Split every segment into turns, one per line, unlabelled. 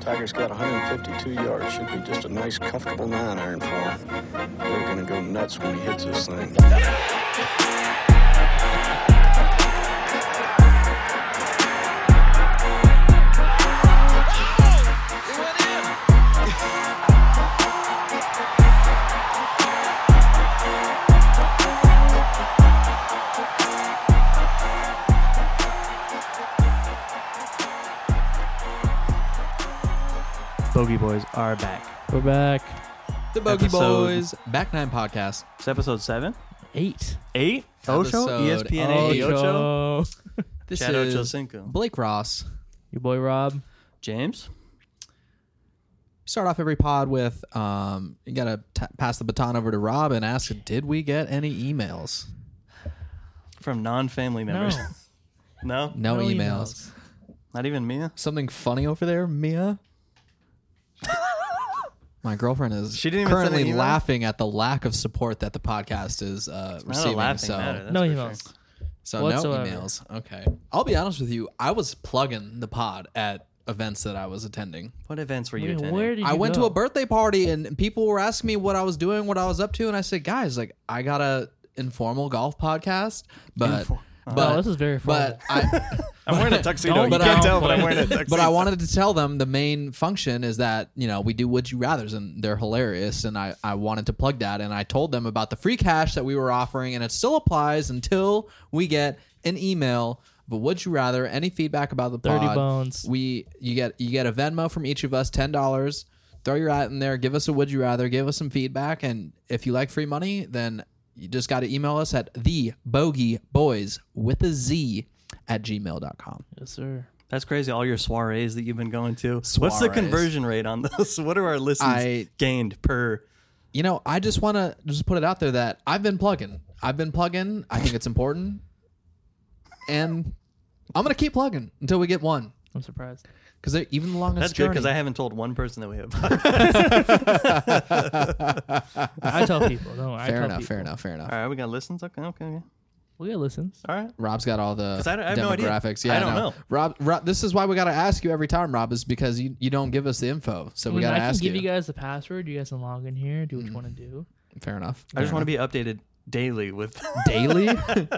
Tiger's got 152 yards. Should be just a nice, comfortable nine iron for him. They're going to go nuts when he hits this thing.
Bogey Boys are back.
We're back.
The Bogey
Episode-
Boys Back Nine Podcast.
It's episode seven,
Eight.
eight. Ocho,
E
Episode
ESPN, eight. Ocho,
Ocho.
This
Chad
is
Ochocinco.
Blake Ross.
Your boy Rob.
James.
Start off every pod with um, you got to t- pass the baton over to Rob and ask, did we get any emails?
from non-family members. No,
No,
No
emails.
emails.
not even Mia.
Something funny over there, Mia. My girlfriend is
She didn't even send an
currently
email?
laughing at the lack of support that the podcast is uh,
Not
receiving.
a laughing
so,
matter. that's
No
for
emails.
sure.
so
whatsoever.
no emails. Okay, I'll be honest with you. I was plugging the pod at events that I was attending.
What events were you
Wait,
attending?
where did you
I went to
go?
a birthday party and people were asking me what I was doing, what I was up to, and I said, "Guys, like I got a informal golf podcast, but but
Oh, this is very formal.
but I
I'm wearing a tuxedo.
Don't
you can't
downplay
tell, but I'm wearing a
it.
tuxedo.
but I wanted to tell them the main function is that you know we do would you rather's and they're hilarious, and I I wanted to plug that, and I told them about the free cash that we were offering, and it still applies until we get an email. But would you rather any feedback about the
Dirty
pod,
Bones.
we you get you get a Venmo from each of us, ten dollars. Throw your hat in there. Give us a would you rather. Give us some feedback, and if you like free money, then you just got to email us at the bogey boys with a z at gmail.com.
yes, sir.
That's crazy. All your soirees that you've been going to. What's the
Soirees.
conversion rate on those? What are our listens
I-
gained per?
you know, I just want to just put it out there that I've been plugging. I've been plugging. I think it's important, and I'm gonna keep plugging until we get one.
I'm surprised.
Because even the longest
That's good
journey.
because I haven't told one person that we have. a podcast.
I tell people. No, I
fair
tell
enough,
people.
fair enough, fair enough.
All right, we got listens. Okay, okay, okay.
We got listens.
all right.
Rob's got all the
'Cause I don't- I have no idea.
demographics.
I
yeah,
don't
no.
know.
Rob, Rob, this is why we gotta ask you every time, Rob, is because you, you don't give us the info, so
I
we
mean,
gotta
I
ask Mm-hmm.
can give you. guys the password. You guys can log in here, do what you want to do.
Fair enough.
I just want to be updated daily with.
daily.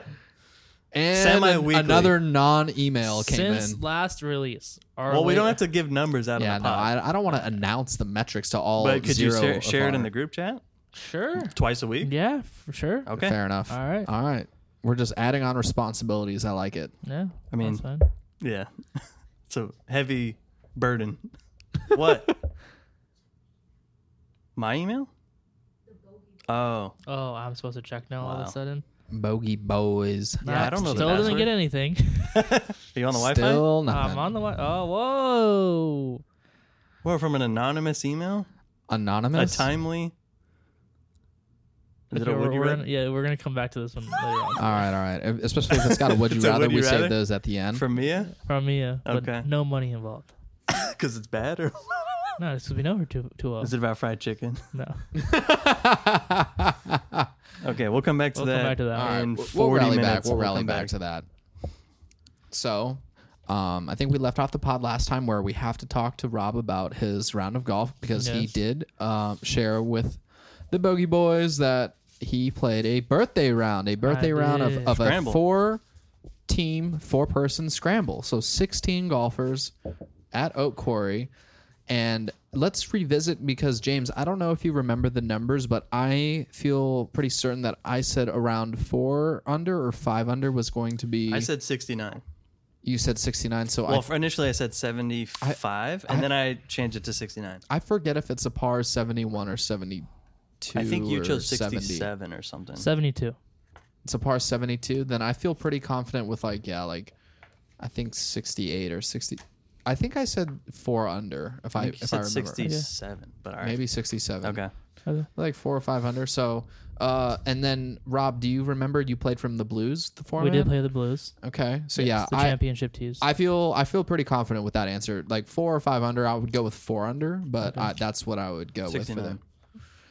And an-
Semi-weekly.
another non-email came
Since
in.
last release. Our
well, we don't
la-
have to give numbers out
Yeah,
on the
no,
pod.
I, I don't want to announce the metrics to all.
but could you
zero
share,
of
share it in
our-
the group chat
Sure.
twice a week?
Yeah, for sure.
Okay.
Fair enough.
All right.
All right. We're just adding on responsibilities. I like it.
Yeah. I
mean-
that's fine.
Yeah. It's a heavy burden. What? My email? Oh.
Oh, I'm supposed to check now all of
Wow.
a sudden.
Bogey boys.
Yeah, I don't know the
Still didn't get
password.
anything.
Are you on the Wi Fi?
Still nothing.
I'm on the wi- Oh, whoa.
Well, from an anonymous email?
Anonymous.
A timely. Is it
Okay,
a
we're,
would you
we're
rather?
gonna, yeah, we're gonna come back to this one later on.
All right. All right. If- Especially if it's got a would you
It's a
rather,
would you
we
rather?
save those at the end.
From Mia?
From Mia, but
Okay.
no money involved.
Because it's bad? Or
No, this will be over too too well.
is it about fried chicken?
No,
Okay, we'll come back to
We'll
that.
come back to that.
all right.
In
We'll, we'll
40
rally
minutes.
back. We'll rally
come
back, to that. So, um, I think we left off the pod last time where we have to talk to Rob about his round of golf because he
Yes.
did um, share with the Bogey Boys that he played a birthday round, a birthday round of,
did.
of a
Scramble.
four team, four person scramble. So 16 golfers at Oak Quarry. And let's revisit because, James, I don't know if you remember the numbers, but I feel pretty certain that I said around four under or five under was going to be.
I said 69.
you said 69. So
Well, for initially I said 75, and then I changed it to 69.
I, I forget if it's a par 71 or 72.
I think you
or
chose
70.
67 or something.
seventy-two.
It's a par 72. Then I feel pretty confident with, like, yeah, like, I think 68 or 60. I think I said four under, if I,
I think you
if I
said
remember.
67, but all right.
Maybe 67.
Okay.
Okay.
like four or five under. So, uh, and then Rob, do you remember you played from the Blues? The
We
format.
did play the Blues.
Okay, so
It's
yeah,
the
I
championship tees.
I feel I feel pretty confident with that answer. Like four or five under, I would go with four under, but I, that's what I would go with for
69.
them.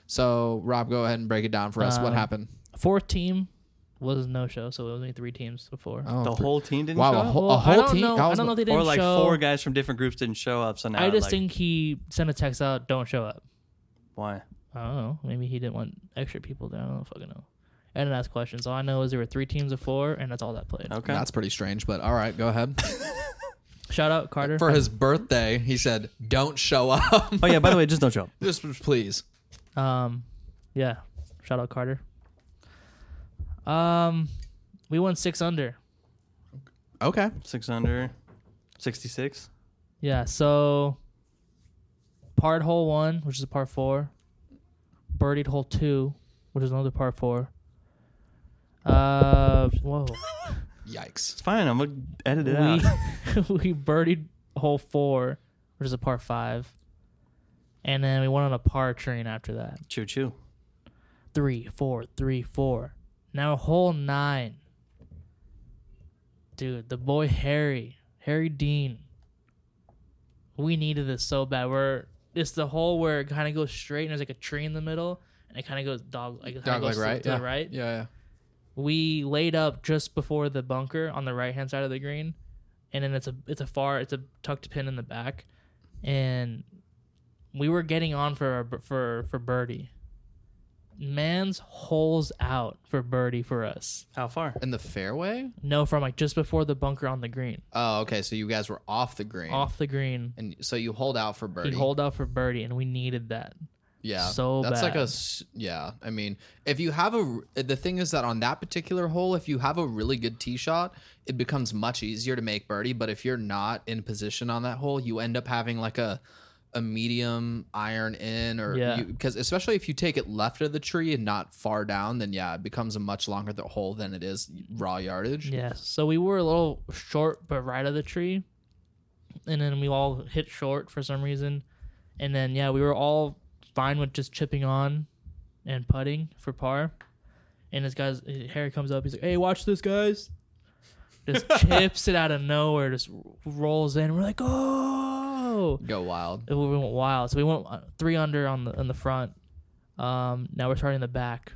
So Rob, go ahead and break it down for us. what
Um,
happened?
Fourth team was no show, so it was only three teams before.
Oh,
The
for-
whole team didn't
wow,
show
a
up?
whole,
Well,
a
I
whole
don't
team.
know.
I,
I,
was
don't know if they didn't
or like
show.
four guys from different groups didn't show up. So now
I just
like,
think he sent a text out, "Don't show up."
why?
I don't know. Maybe he didn't want extra people there. I don't fucking know. I didn't ask questions. All I know is there were three teams of four, and that's all that played.
Okay,
That's pretty strange, but all right, go ahead.
Shout out Carter.
For his birthday, he said, "Don't show up."
Oh yeah. By the way, just don't show up.
Just please.
Um, yeah. Shout out Carter. Um, we won six under.
Okay.
Six under, sixty-six.
Yeah. So, part hole one, which is a par four. Birdied hole two, which is another par four. Uh, whoa.
Yikes.
It's fine. I'm gonna edit it
we
out.
we birdied hole four, which is a par five, and then we went on a par train after that.
Choo choo.
Three, four, three, four. Now hole nine. Dude, the boy Harry, Harry Dean. We needed this so bad. We're it's the hole where it kind of goes straight and there's like a tree in the middle and it kind of goes dog like it kinda
Dog leg
goes to-
right.
to
yeah.
the right
Yeah. yeah.
we laid up just before the bunker on the right hand side of the green and then it's a it's a far it's a tucked pin in the back and we were getting on for our- for for birdie man's holes out for birdie for us
How far?
In the fairway.
no from like just before the bunker on the green
Oh, okay. So you guys were off the green,
off the green
and so you hold out for birdie.
he hold out for birdie and we needed that
Yeah,
so
that's like a
bad.
s- yeah. I mean, if you have a r- the thing is that on that particular hole, if you have a really good tee shot, it becomes much easier to make birdie. But if you're not in position on that hole, you end up having like a a medium iron in, or
Yeah.
because especially if you take it left of the tree and not far down, then yeah, it becomes a much longer th- hole than it is raw yardage.
Yes. So we were a little short, but right of the tree. And then we all hit short for some reason. And then, yeah, we were all fine with just chipping on and putting for par. And this guy's, Harry comes up. He's like, hey, watch this, guys. Just chips it out of nowhere, just rolls in. We're like, oh
Go wild.
it- we went wild. So we went uh, three under on the on the front. Um, now we're starting the back.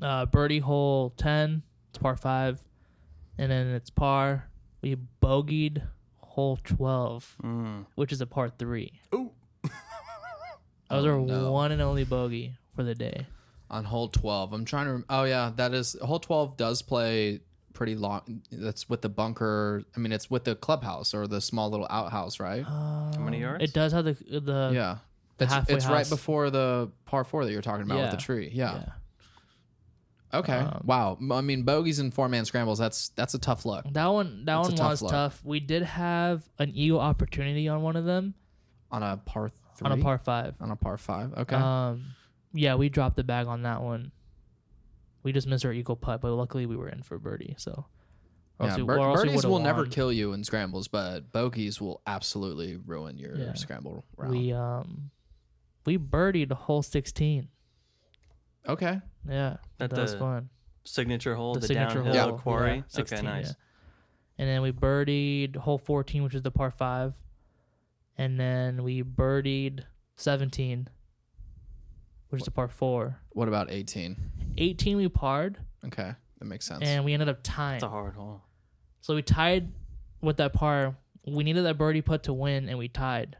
Uh, birdie hole ten. It's par five, and then it's par. We bogeyed hole twelve,
Mm.
which is a par three. Ooh. that was our
Oh,
no.
one and only bogey for the day.
on hole 12 i'm trying to rem- oh yeah that is hole 12 does play pretty long that's with the bunker i mean it's with the clubhouse or the small little outhouse right
How many yards?
Um, It does have the the
yeah it's,
Uh, halfway
it's right
house.
before the par four that you're talking about with the
Yeah. Um,
tree yeah,
yeah.
okay wow M- i mean bogeys and four man scrambles that's that's a tough look
That one that
It's a
one
tough
was
look.
tough. We did have an eagle opportunity on one of them
on a par three
on a par five.
on a par five okay
Um, yeah, we dropped the bag on that one. We just missed our eagle putt, but luckily we were in for birdie. So, or
yeah,
else we-
bir-
or else we
birdies
would've
will never
won.
kill you in scrambles, but bogeys will absolutely ruin your
Yeah.
scramble round.
We um, we birdied hole sixteen.
okay,
Yeah,
At
that was
the
fun.
signature hole. The,
The, signature
downhill
hole yeah,
quarry.
16,
okay, nice.
yeah. And then we birdied hole fourteen, which is the par five, and then we birdied seventeen, which is the par four.
what about eighteen?
Eighteen we parred,
Okay, that makes sense.
and we ended up tying.
It's a hard hole.
So we tied with that par. We needed that birdie putt to win, and we tied.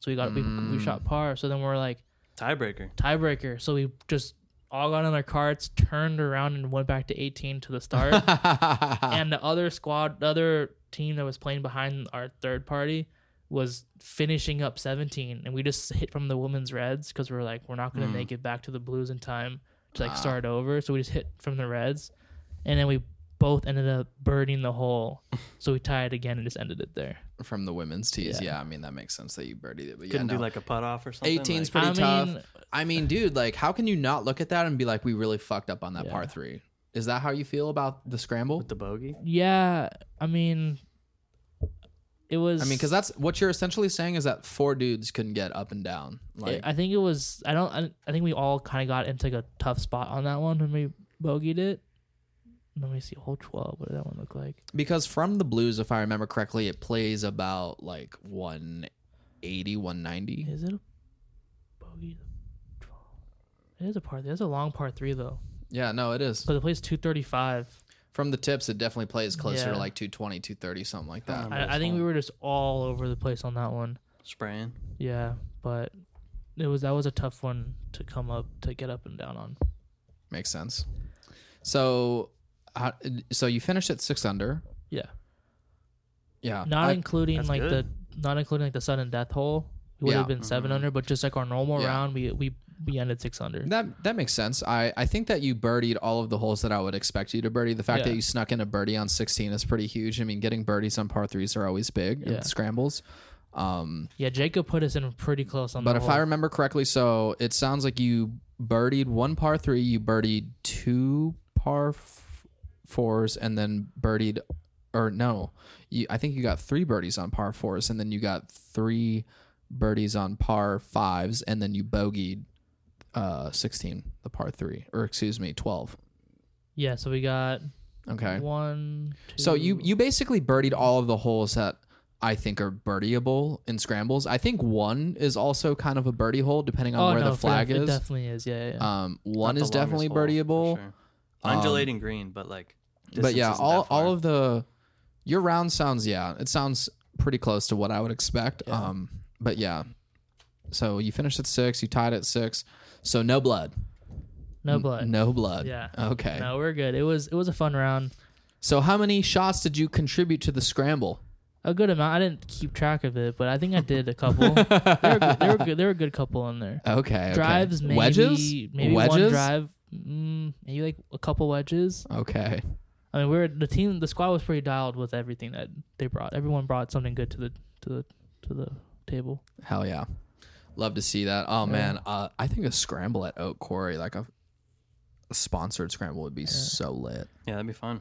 So we got we, we shot par. So then we're like
Tiebreaker.
tiebreaker. So we just all got on our carts, turned around, and went back to 18 to the start.
Ah.
and the other squad, the other team that was playing behind our third party was finishing up 17, and we just hit from the women's reds because we are like we're not
Mm.
gonna make it back to the blues in time to
Ah.
like start over. So we just hit from the reds, and then we both ended up birding the hole. so we tied again and just ended it there.
from the women's tees. Yeah. I mean that makes sense that you birdied it, but yeah,
Couldn't
no.
do like a putt off or something.
18's
like,
pretty
I
tough.
mean-
I mean, dude, like how can you not look at that and be like, we really fucked up on that par three? Is that how you feel about the scramble?
with the bogey.
Yeah, I mean, it was.
I mean, because that's what you're essentially saying is that four dudes couldn't get up and down. Like,
I think it was. I don't. I, I think we all kind of got into like, a tough spot on that one when we bogeyed it. Let me see. Hole twelve. What did that one look like?
because from the blues, if I remember correctly, it plays about like 180, 190.
Is it a bogey? It is a par. That's a long par three though.
Yeah, no, it is.
But the plays 235.
From the tips, it definitely plays closer
Yeah. Uh-huh.
to like 220, 230, something like that.
I, I think we were just all over the place on that one.
Spraying.
Yeah, but it was that was a tough one to come up to get up and down on.
Makes sense. So, how, so you finished at six under.
Yeah,
Yeah.
not
I-
including
That's
like
good.
the not including like the sudden death hole. We would
Yeah.
have been
Mm-hmm.
7 under, but just like our normal
Yeah.
round, we we we ended six under.
That that makes sense. I, I think that you birdied all of the holes that I would expect you to birdie. The fact
Yeah.
that you snuck in a birdie on 16 is pretty huge. I mean, getting birdies on par threes are always big
Yeah.
and scrambles. Um,
yeah, Jacob put us in pretty close on.
but
the
if
hole.
I remember correctly, so it sounds like you birdied one par three, you birdied two par f- fours, and then birdied, or no, you, I think you got three birdies on par fours, and then you got three birdies on par fives, and then you bogeyed uh, 16, the par three, or excuse me, 12.
yeah, so we got
Okay.
one. Two,
So you you basically birdied all of the holes that I think are birdieable in scrambles. I think one is also kind of a birdie hole, depending on
oh
where
no,
the flag
it,
is.
it definitely is. Yeah, yeah, yeah.
Um, one
Not
is
the longest
definitely
hole, for
birdieable,
sure. Undulating green, but like.
but yeah,
distance isn't
all
that far.
all of the your round sounds yeah, it sounds pretty close to what I would expect. Um, but yeah, so you finished at six, you tied at six, so no blood,
no blood.
no blood.
Yeah.
Okay.
No, we're good. It was it was a fun round.
So how many shots did you contribute to the scramble?
A good amount. I didn't keep track of it, but I think I did a couple. there were good, there were good, there were a good couple in there.
Okay. okay.
Drives maybe
wedges,
maybe
wedges.
one drive, mm, maybe like a couple wedges.
Okay.
I mean, we were the team. The squad was pretty dialed with everything that they brought. Everyone brought something good to the to the to the table.
Hell yeah. Love to see that. Oh man, uh, I think a scramble at Oak Quarry, like a, a sponsored scramble, would be so lit.
Yeah, that'd be fun.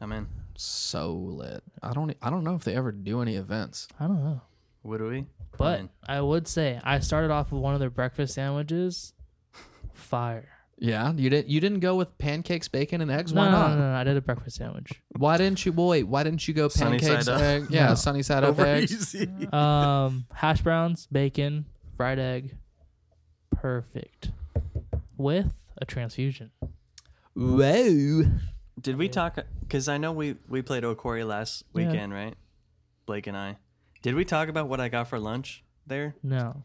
I'm in.
so lit. I don't e, I don't know if they ever do any events.
I don't know,
Would we?
but
in.
I would say I started off with one of their breakfast sandwiches. Fire.
Yeah, you didn't you didn't go with pancakes, bacon, and eggs.
No,
why
no,
not?
no, no, no, I did a breakfast sandwich.
Why didn't you? Well, wait, why didn't you go
Sunny side
pancakes,
up.
egg? Yeah, sunny side up eggs.
easy.
Um, hash browns, bacon, fried egg, perfect, with a transfusion.
Whoa.
Did we talk? Because I know we we played O'Cory last
Yeah.
weekend, right? Blake and I. Did we talk about what I got for lunch there?
No,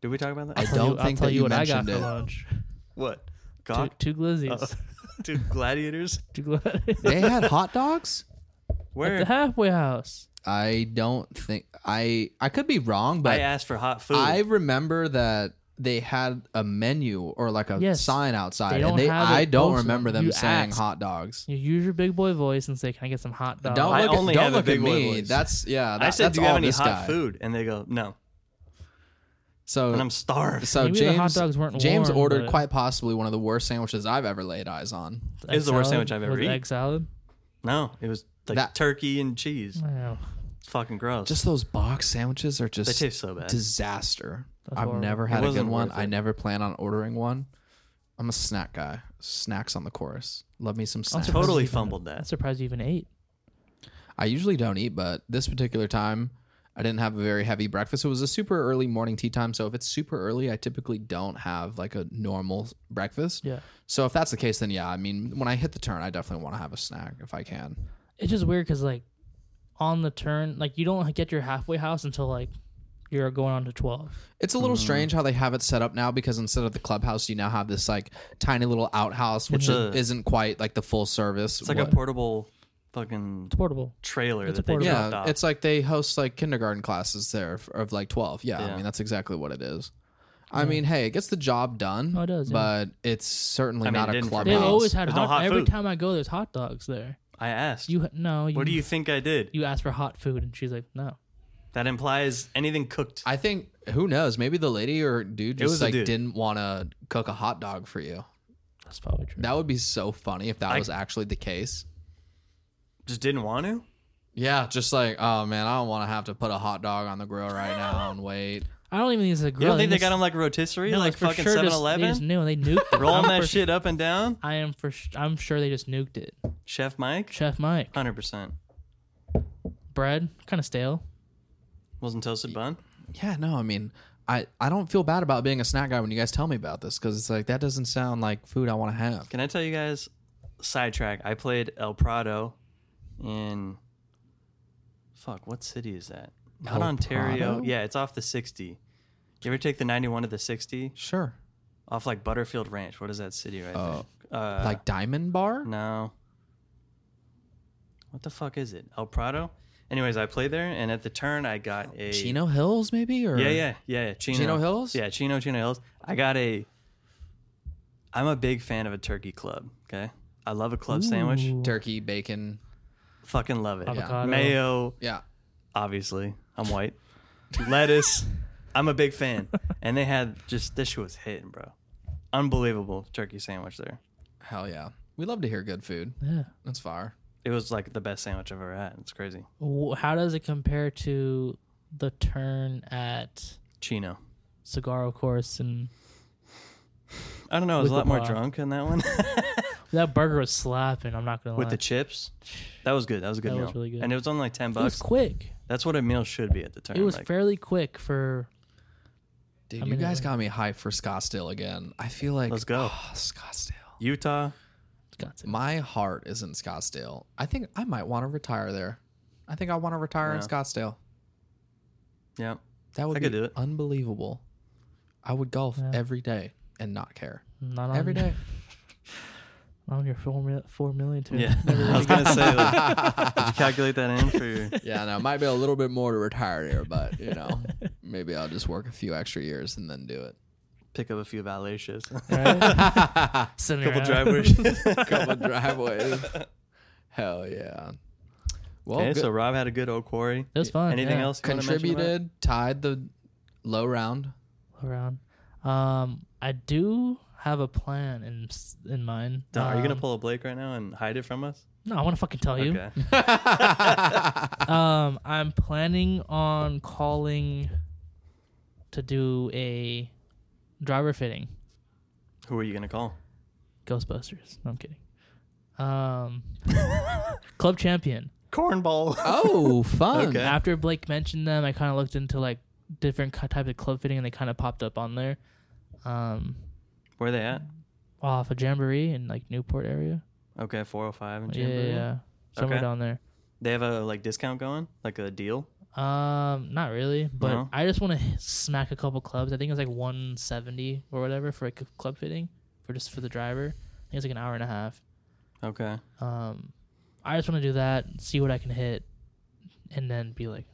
Did we talk about that?
I
I'll tell
don't
you- I'll
think
tell
that
you
you
what I got
mentioned
for
it.
lunch.
what?
Two,
Cock?
two glizzies.
Two gladiators?
Two glizzies.
They had hot dogs.
the
Where?
halfway house.
I don't think I I could be wrong,
I
but
asked for hot food.
I remember that they had a menu or like a
Yes.
sign outside,
They
and
don't
they
have
I
it
don't
posted.
remember them
You
saying
asked.
hot dogs.
You use your big boy voice and say, "Can I get some hot dogs?"
Don't
Uh, I
look at,
only
don't
have a
look
big
at
boy
me.
voice.
That's yeah. That,
I said,
that's
"Do you
all
have any
this
hot
guy.
food?" And they go, "No."
So
And I'm starved.
So
Maybe the
James,
hot dogs weren't
James
warm,
ordered
but-
quite possibly one of the worst sandwiches I've ever laid eyes on.
Egg
It's the worst
salad
sandwich I've ever
with
eaten.
Egg salad.
no, it was like
That-
turkey and cheese.
Wow.
It's fucking gross.
Just those box sandwiches are
they
just
taste so bad.
disaster. I've
horrible.
never had a good
wasn't
one.
worth
I
it.
never plan on ordering one. I'm a snack guy. Snacks on the chorus. Love me some snacks.
surprised
totally
you even-
fumbled
I'm
that.
surprised you even ate.
I usually don't eat, but this particular time I didn't have a very heavy breakfast. It was a super early morning tea time, so if it's super early, I typically don't have like a normal s- breakfast.
Yeah.
So if that's the case, then yeah, I mean, when I hit the turn, I definitely want to have a snack if I can.
It's just weird because like on the turn, like you don't get your halfway house until like you're going on to twelve.
It's a little
Mm-hmm.
strange how they have it set up now because instead of the clubhouse, you now have this like tiny little outhouse, which
It's a-
isn't quite like the full service.
It's like
what-
a portable fucking
It's portable.
trailer
It's a
that they
portable-
dropped
yeah.
off.
It's like they host like kindergarten classes there f- of like twelve. Yeah, I
Yeah.
mean that's exactly what it is. I mean, hey, it gets the job done.
Oh, it does, yeah.
but it's certainly
I mean,
not
it
a
didn't for
clubhouse.
They've
Wow.
always had
There's no
hot,
hot
Every
food.
time I go, there's hot dogs there.
I asked.
You no. You,
what do you think I did?
You asked for hot food, and she's like, no.
That implies anything cooked.
I think who knows? Maybe the lady or dude just
was a
like
dude.
didn't want to cook a hot dog for you.
That's probably true.
That would be so funny if that
I-
was actually the case.
Just didn't want to.
Yeah, just like oh man, I don't want to have to put a hot dog on the grill right now and wait.
I don't even think it's a
You
grill.
don't think they
it's-
got them like rotisserie,
no,
like
it's for
fucking
sure just-
Seven
They just
Eleven?
knew and they nuked it.
Rolling
I'm
that
for-
shit up and down.
I am for. sh- I'm sure they just nuked it.
Chef Mike,
Chef Mike,
hundred percent.
bread, kind of stale.
Wasn't toasted bun.
Yeah, no, I mean, I, I don't feel bad about being a snack guy when you guys tell me about this because it's like that doesn't sound like food I want to have.
Can I tell you guys? Sidetrack. I played El Prado in. Fuck, what city is that? Not
El
Ontario.
Prado?
Yeah, it's off the 60. You ever take the 91 to the 60
Sure.
off like Butterfield Ranch? What is that city right
Oh.
there? Uh,
like Diamond Bar?
No. What the fuck is it? El Prado? Anyways, I played there, and at the turn, I got a.
Chino Hills, maybe? Or
Yeah, yeah, yeah, yeah. Chino.
Chino Hills?
Yeah, Chino, Chino Hills. I got a. I'm a big fan of a turkey club. Okay, I love a club sandwich.
Ooh.
Turkey, bacon.
Fucking love it.
Avocado.
Mayo,
Yeah.
obviously. I'm white. Lettuce. I'm a big fan. And they had just this shit was hitting, bro. Unbelievable turkey sandwich there.
Hell yeah. We love to hear good food.
Yeah.
That's fire.
It was like the best sandwich I've ever had. It's crazy.
Wh- How does it compare to the turn at
Chino.
Cigar Course? And
I don't know. I was a
With
lot
the
more
pie.
drunk in that one.
that burger was slapping. I'm not gonna
With
lie.
the chips, that was good. That was a good
That
meal.
was really good.
And it was only like ten
it was
bucks.
quick.
That's what a meal should be at the time.
It was
like,
fairly quick for
Dude,
I
you
mean, uh, it
guys
was-
got me hyped for Scottsdale again. I feel like
Let's go.
Ah, Scottsdale.
Utah.
Got it.
My heart is in Scottsdale. I think I might want to retire there. I think I want to retire in
Yeah.
Scottsdale.
Yeah.
That would
I
be
could do it.
unbelievable. I would golf
Yeah.
every day and not care.
not on
Every day.
not on your four mil, four million. Too.
Yeah. I was gonna say, like, did you calculate that in for your?
yeah, no, it might be a little bit more to retire there, but you know, maybe I'll just work a few extra years and then do it.
Pick up a few valet shifts,
Right? Sitting
couple
around.
driveways.
Couple driveways. Hell yeah. Well,
okay,
good-
so Rob had a good old quarry.
It was fun,
Anything
Oh, yeah.
else? you wanna mention about it?
contributed, tied the low round.
around. Um, I do have a plan in s- in mind.
Don, are you gonna
Um,
pull a Blake right now and hide it from us?
No, I want to fucking tell you.
Okay.
Um, I'm planning on calling to do a driver fitting.
Who are you gonna call?
Ghostbusters. No, I'm kidding. Um, club champion.
Cornball.
Oh, fun.
Okay.
After Blake mentioned them, I kind of looked into like different ki- types of club fitting, and they kind of popped up on there. Um,
Where they at?
off a jamboree in like Newport area.
Okay, 405 and
Yeah,
Jamboree.
yeah, yeah. somewhere
Okay.
down there.
They have a like discount going, like a deal.
Um, not really, but
No?
I just want to smack a couple clubs. I think it's like 170 or whatever for a c- club fitting for just for the driver. I think it's like an hour and a half.
Okay.
Um, I just want to do that, see what I can hit, and then be like,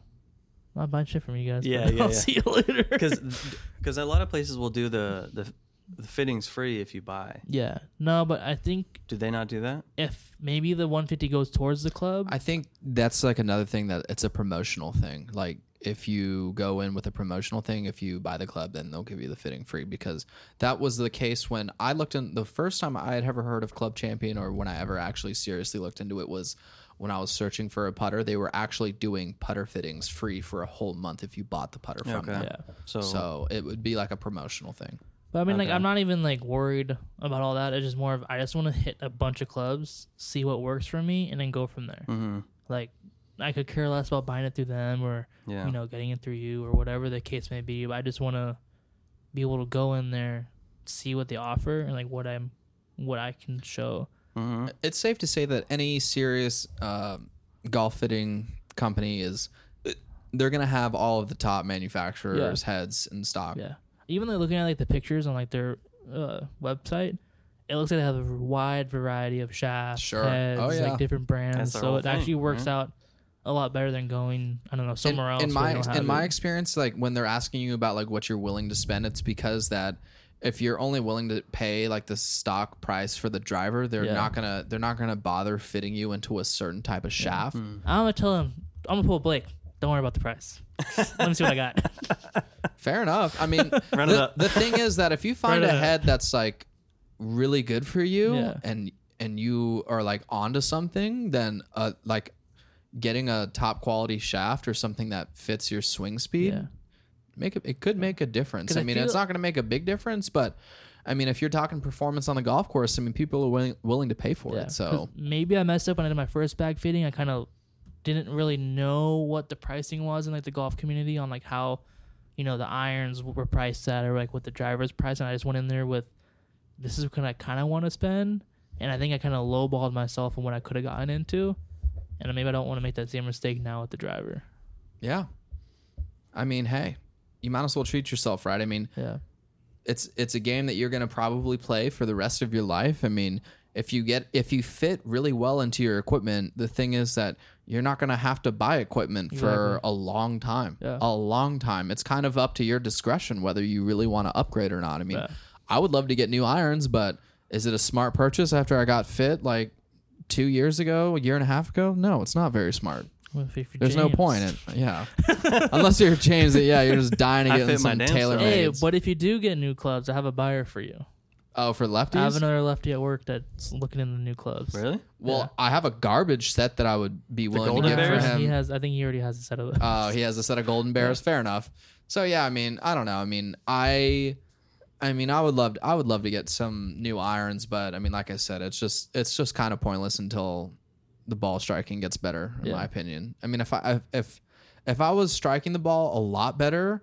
I'm buying shit from you guys.
Yeah,
but
yeah,
I'll
yeah.
see you later.
because because a lot of places will do the, the the fittings free if you buy.
yeah, no, but I think
Do they not do that?
if maybe the 150 goes towards the club,
I think that's like another thing that it's a promotional thing. Like if you go in with a promotional thing, if you buy the club, then they'll give you the fitting free because that was the case when I looked in the first time I had ever heard of Club Champion or when I ever actually seriously looked into it was when I was searching for a putter. They were actually doing putter fittings free for a whole month if you bought the putter from
Okay.
them.
yeah.
So,
So it would be like a promotional thing.
But I mean, like,
Okay.
I'm not even like worried about all that. It's just more of I just want to hit a bunch of clubs, see what works for me, and then go from there.
mhm.
Like, I could care less about buying it through them or
yeah,
you know getting it through you or whatever the case may be. But I just want to be able to go in there, see what they offer, and like what I'm, what I can show.
Mhm.
it's safe to say that any serious um golf fitting company is they're gonna have all of the top manufacturers heads in stock
Yeah. Even like looking at like the pictures on like their uh, website, it looks like they have a wide variety of shafts,
Sure.
heads,
Oh, yeah.
like different brands.
That's their
So
whole
it actually
thing,
works
right?
out a lot better than going I don't know
In-
somewhere else.
in
where they
my
don't
ex-
have
in my
it.
experience like when they're asking you about like what you're willing to spend it's because that if you're only willing to pay like the stock price for the driver they're
Yeah.
not gonna they're not gonna bother fitting you into a certain type of shaft
I'm gonna tell him. I'm gonna pull Blake. Don't worry about the price. Let me see what I got.
Fair enough. I mean,
Round it
the,
up.
the thing is that if you find
Round
a
it up.
head that's like really good for you
Yeah.
and and you are like onto something, then uh, like getting a top quality shaft or something that fits your swing speed,
Yeah.
make a, it could make a difference.
'Cause
I
I
mean,
feel-
it's not going to make a big difference, but I mean, if you're talking performance on the golf course, I mean, people are willing, willing to pay for
Yeah,
it.
'cause
So
maybe I messed up when I did my first bag fitting. I kind of didn't really know what the pricing was in like the golf community on like how you know, the irons were priced at or like what the driver's price. And I just went in there with, this is what I kind of want to spend. And I think I kind of lowballed myself on what I could have gotten into. And maybe I don't want to make that same mistake now with the driver.
Yeah. I mean, hey, you might as well treat yourself, right? I mean,
Yeah.
it's it's a game that you're going to probably play for the rest of your life. I mean, if you get if you fit really well into your equipment, the thing is that you're not going to have to buy equipment for a long time.
Yeah.
A long time. It's kind of up to your discretion whether you really want to upgrade or not. I mean,
Yeah.
I would love to get new irons, but is it a smart purchase after I got fit like 2 years ago, a year and a half ago? No, it's not very smart.
Well, if you're
There's no
James.
point. In, yeah. Unless you're James, that yeah, you're just dying
I
to get
fit my
some
damn
tailor
self.
Hey,
made.
but if you do get new clubs, I have a buyer for you.
oh, for lefties.
I have another lefty at work that's looking in the new clubs.
Really?
well, I have a garbage set that I would be willing to
Golden
get
Bears?
for
He
him.
has. I think he already has a set of those.
Uh,
Oh, he has a set of golden bears. Fair enough. So yeah, I mean, I don't know. I mean, I, I mean, I would love, I would love to get some new irons, but I mean, like I said, it's just, it's just kind of pointless until the ball striking gets better, in
Yeah.
my opinion. I mean, if I, if, if I was striking the ball a lot better,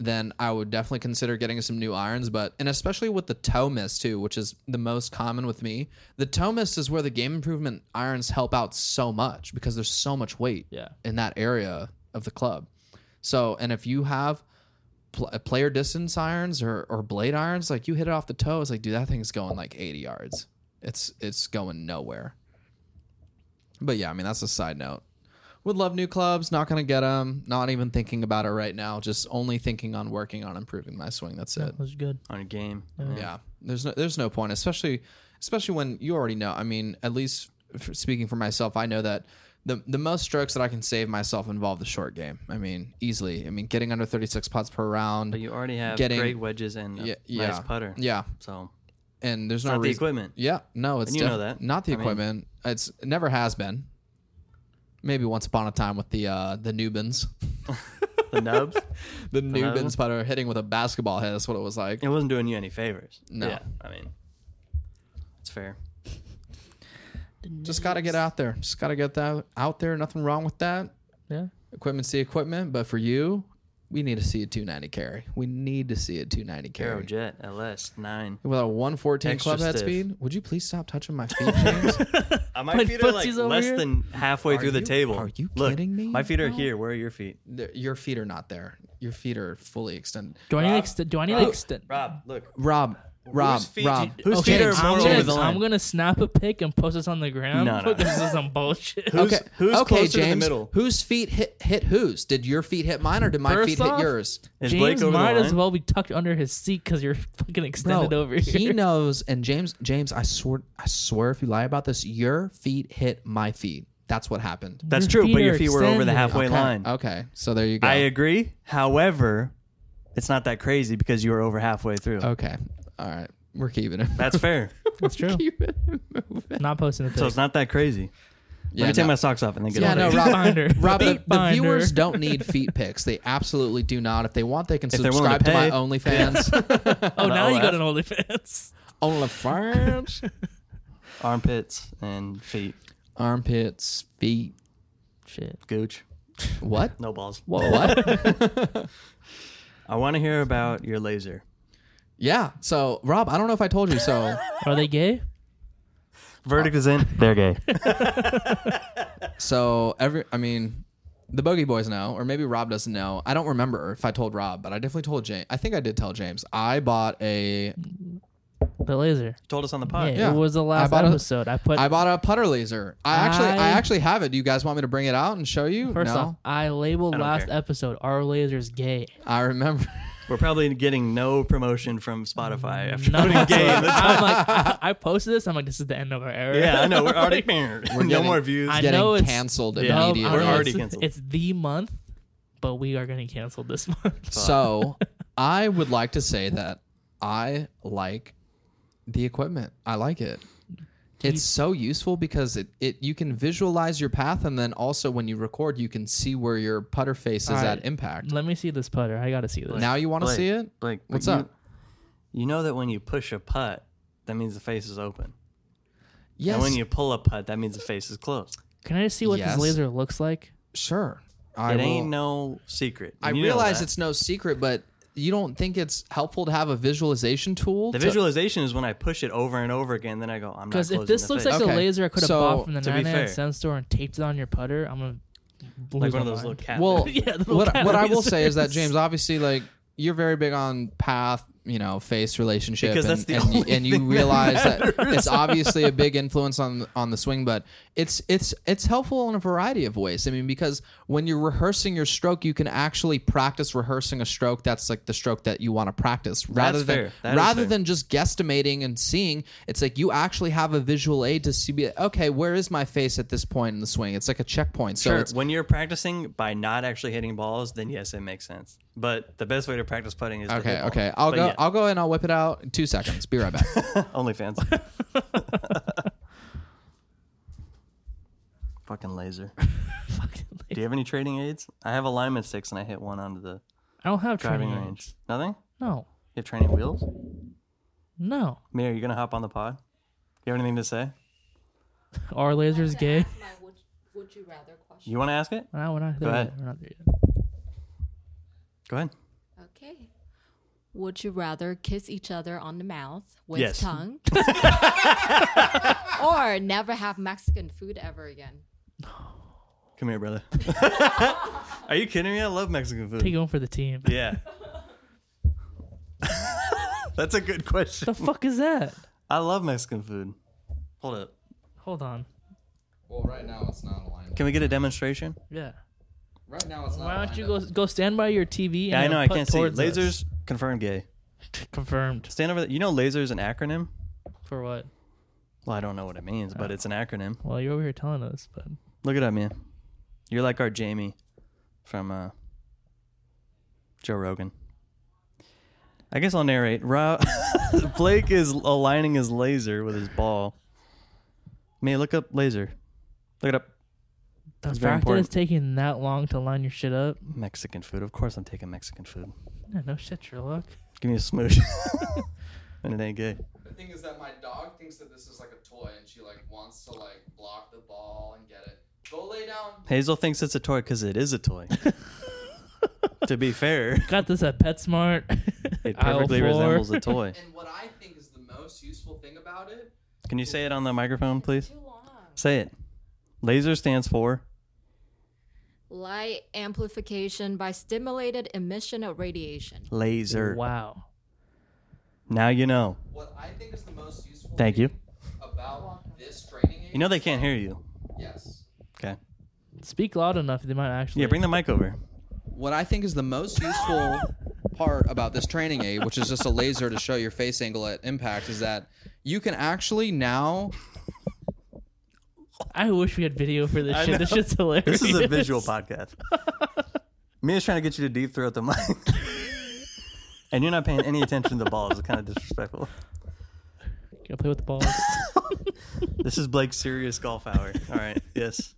then I would definitely consider getting some new irons. But and especially with the toe miss too, which is the most common with me. The toe miss is where the game improvement irons help out so much because there's so much weight
Yeah.
in that area of the club. So and if you have pl- uh, player distance irons or, or blade irons, like you hit it off the toe, it's like dude, that thing's going like 80 yards. It's it's going nowhere. But yeah, I mean that's a side note. Would love new clubs. Not gonna get them. Not even thinking about it right now. Just only thinking on working on improving my swing. That's it.
That was good.
On a game.
Yeah. There's no there's no point, especially especially when you already know. I mean, at least f speaking for myself, I know that the the most strokes that I can save myself involve the short game. I mean, easily. I mean, getting under 36 putts per round.
But you already have
Getting-
great wedges and a
yeah,
nice
yeah.
putter.
Yeah.
So
And there's
it's
no
not the
reason.
equipment.
Yeah, no, it's
And you know
def-
that.
not the
I mean-
equipment. it's it never has been. Maybe once upon a time with the uh, the Nubans,
The nubs.
the Nubans putter hitting with a basketball head. That's what it was like.
It wasn't doing you any favors.
No.
Yeah, I mean, it's fair.
Just gotta get out there. Just gotta get that out there. Nothing wrong with that.
Yeah.
Equipment's the equipment, but for you, we need to see a 290 carry. We need to see a 290
Aero
carry.
Jet LS nine.
With a 114
Extra
club head
stiff.
speed, would you please stop touching my feet, James?
Uh, my
Put
feet are like
footsies over
less
here?
than halfway
Are
through the
you-
table.
are you
Look,
kidding me?
My feet are here. Where are your feet?
Th- Your feet are not there. Your feet are fully extended.
Do I need to extend? Do I need to extend?
Rob, look.
Rob, Rob,
feet
Rob.
did- whose
okay,
feet are
James,
more
I'm
over
gonna,
the line?
I'm gonna snap a pic and post this on the gram.
No, no.
This is some bullshit.
Who's,
Okay,
who's
okay,
closer to
James.
the middle?
Whose feet hit hit whose? Did your feet hit mine or did my
First
feet
off,
hit yours?
Is Blake
James
over the
might as
line?
well be tucked under his seat because you're fucking extended over here.
he knows. And James, James, I swear, I swear, if you lie about this, your feet hit my feet. That's what happened.
That's
Your
true,
feet
but your
are
feet were over the
extended.
halfway
okay.
line.
Okay, so there you go.
I agree. However, it's not that crazy because you were over halfway through.
okay, all right, we're keeping it.
That's fair.
That's true.
keeping it moving.
Not posting the pic.
so it's not that crazy.
Yeah,
Let me take
no.
my socks off and then get
Yeah,
on
no,
there.
Rob,
Binder.
Rob the,
Feet
the
binder.
viewers don't need feet pics. They absolutely do not. If they want, they can
they're willing to
subscribe to, my
pay.
OnlyFans.
oh, now you
I'll
got an OnlyFans.
OnlyFans.
Armpits and feet.
Armpits, feet.
Shit.
Gooch.
What?
No balls.
Whoa.
What?
I want to hear about your laser.
yeah. So, Rob, I don't know if I told you. So,
Are they gay?
Verdict is in. They're gay.
so every, I mean, the Bogey Boys know, or maybe Rob doesn't know. I don't remember if I told Rob, but I definitely told James. I think I did tell James. I bought a,
The laser.
Told us on the
Yeah,
pod.
Yeah.
It was the
I
last
bought a-
episode. I put.
I bought a putter laser. I actually, I,
I-
actually have it. Do you guys want me to bring it out and show you?
first
no,
off, I labeled
don't
last
care.
episode. Our laser's gay.
I remember.
We're probably getting no promotion from Spotify after
None
putting gay in
whatsoever.
the
I'm like, I, I posted this. I'm like, this is the end of our era.
Yeah, I know. We're already no
getting-
more views.
I
getting
know it's-
canceled
Yeah.
Um,
immediately.
I don't know,
already
it's-
canceled.
It's the month, but we are getting canceled this month.
So I would like to say that I like the equipment. I like it. It's so useful because it, it you can visualize your path and then also when you record you can see where your putter face is
Alright.
at impact.
Let me see this putter. I gotta see this.
Now you want to
Blake,
see it?
Blake, but
What's
you-
up?
You know that when you push a putt, that means the face is open.
Yes.
And when you pull a putt, that means the face is closed.
Can I just see what
Yes.
this laser looks like?
sure. I
it
will-
ain't no secret.
I
You know
realize
that.
it's no secret, but you don't think it's helpful to have a visualization tool?
the
to-
visualization is when I push it over and over again. Then I go, I'm not
Because
closing
if this
the
looks
fist.
like a
Okay,
laser I could have
so-
bought from the
To be
99
fair.
cent store and taped it on your putter, I'm gonna lose
like
my
one of those
mind.
little cat.
Well,
videos.
Yeah, the little
what
cat
what I will say is that
lasers.
James, obviously, like you're very big on path, you know, face relationship,
Because
and,
that's the
and, you-
only
and you
thing that
realize that, it's obviously a big influence on on the swing, but it's it's it's helpful in a variety of ways. I mean, because when you're rehearsing your stroke, you can actually practice rehearsing a stroke that's like the stroke that you want to practice, rather than
fair. That is
rather
fair.
than just guesstimating and seeing. It's like you actually have a visual aid to see. be- Okay, where is my face at this point in the swing? It's like a checkpoint. So
Sure.
it's
when you're practicing by not actually hitting balls, then yes, it makes sense. But the best way to practice putting is to
Okay,
hit balls.
okay. I'll
But
go.
yeah,
I'll go and I'll whip it out in two seconds. Be right back.
Only fans. Fucking laser. Do
Fucking
you have any trading aids? I have alignment sticks and I hit one onto the
I don't have
driving
training
range. Nothing? You
No,
have training wheels?
no.
Mayor, you gonna hop on the pod? You have anything to say?
Are lasers
to
gay?
ask my would, would you rather question.
You wanna ask it?
No, we're not there
ahead.
yet. We're not there yet.
Go ahead.
Okay. Would you rather kiss each other on the mouth with
Yes.
tongue, or never have Mexican food ever again?
Come here, brother. Are you kidding me? I love Mexican food.
Take one for the team.
Yeah. That's a good question.
The fuck is that?
I love Mexican food. Hold up.
Hold on.
well, right now it's not aligned.
Can we get a demonstration?
Yeah.
Right now it's not.
Why don't you go go stand by your TV? And
Yeah, I know.
then
I
put
can't see.
towards us?
Lasers confirmed gay.
confirmed
Stand over there. You know, lasers an acronym.
for what?
Well, I don't know what it means, but it's an acronym.
Well, you're over here telling us, but
Look it up, man. You're like our Jamie from uh, Joe Rogan. I guess I'll narrate. Ra- Blake is aligning his laser with his ball. May look up laser. Look it up.
the
It's very
fact that it's
important.
taking that long to line your shit up.
Mexican food. Of course, I'm taking Mexican food.
Yeah, no shit, Sherlock.
Give me a smooch. and it ain't gay.
The thing is that my dog thinks that this is like a toy, and she like wants to like block the ball and get it. Go lay down.
Hazel thinks it's a toy because it is a toy. to be fair,
Got this at PetSmart.
it
Aisle
perfectly
four.
resembles a toy.
And what I think is the most useful thing about it.
Can you say it on the microphone, please?
Too long.
Say it. Laser stands for.
Light amplification by stimulated emission of radiation.
Laser.
Wow.
Now you know.
What I think is the most useful.
Thank you.
About this training.
You know they can't hear you.
Yes.
Okay.
Speak loud enough, they might actually.
Yeah, bring the mic over.
What I think is the most useful part about this training aid, which is just a laser to show your face angle at impact, is that you can actually now
I wish we had video for this
I
shit. This
know.
shit's hilarious.
This is a visual podcast. Mia's trying to get you to deep throat the mic. and you're not paying any attention to the balls. It's kind of disrespectful.
Gonna play with the balls.
This is Blake's serious golf hour. All right. Yes.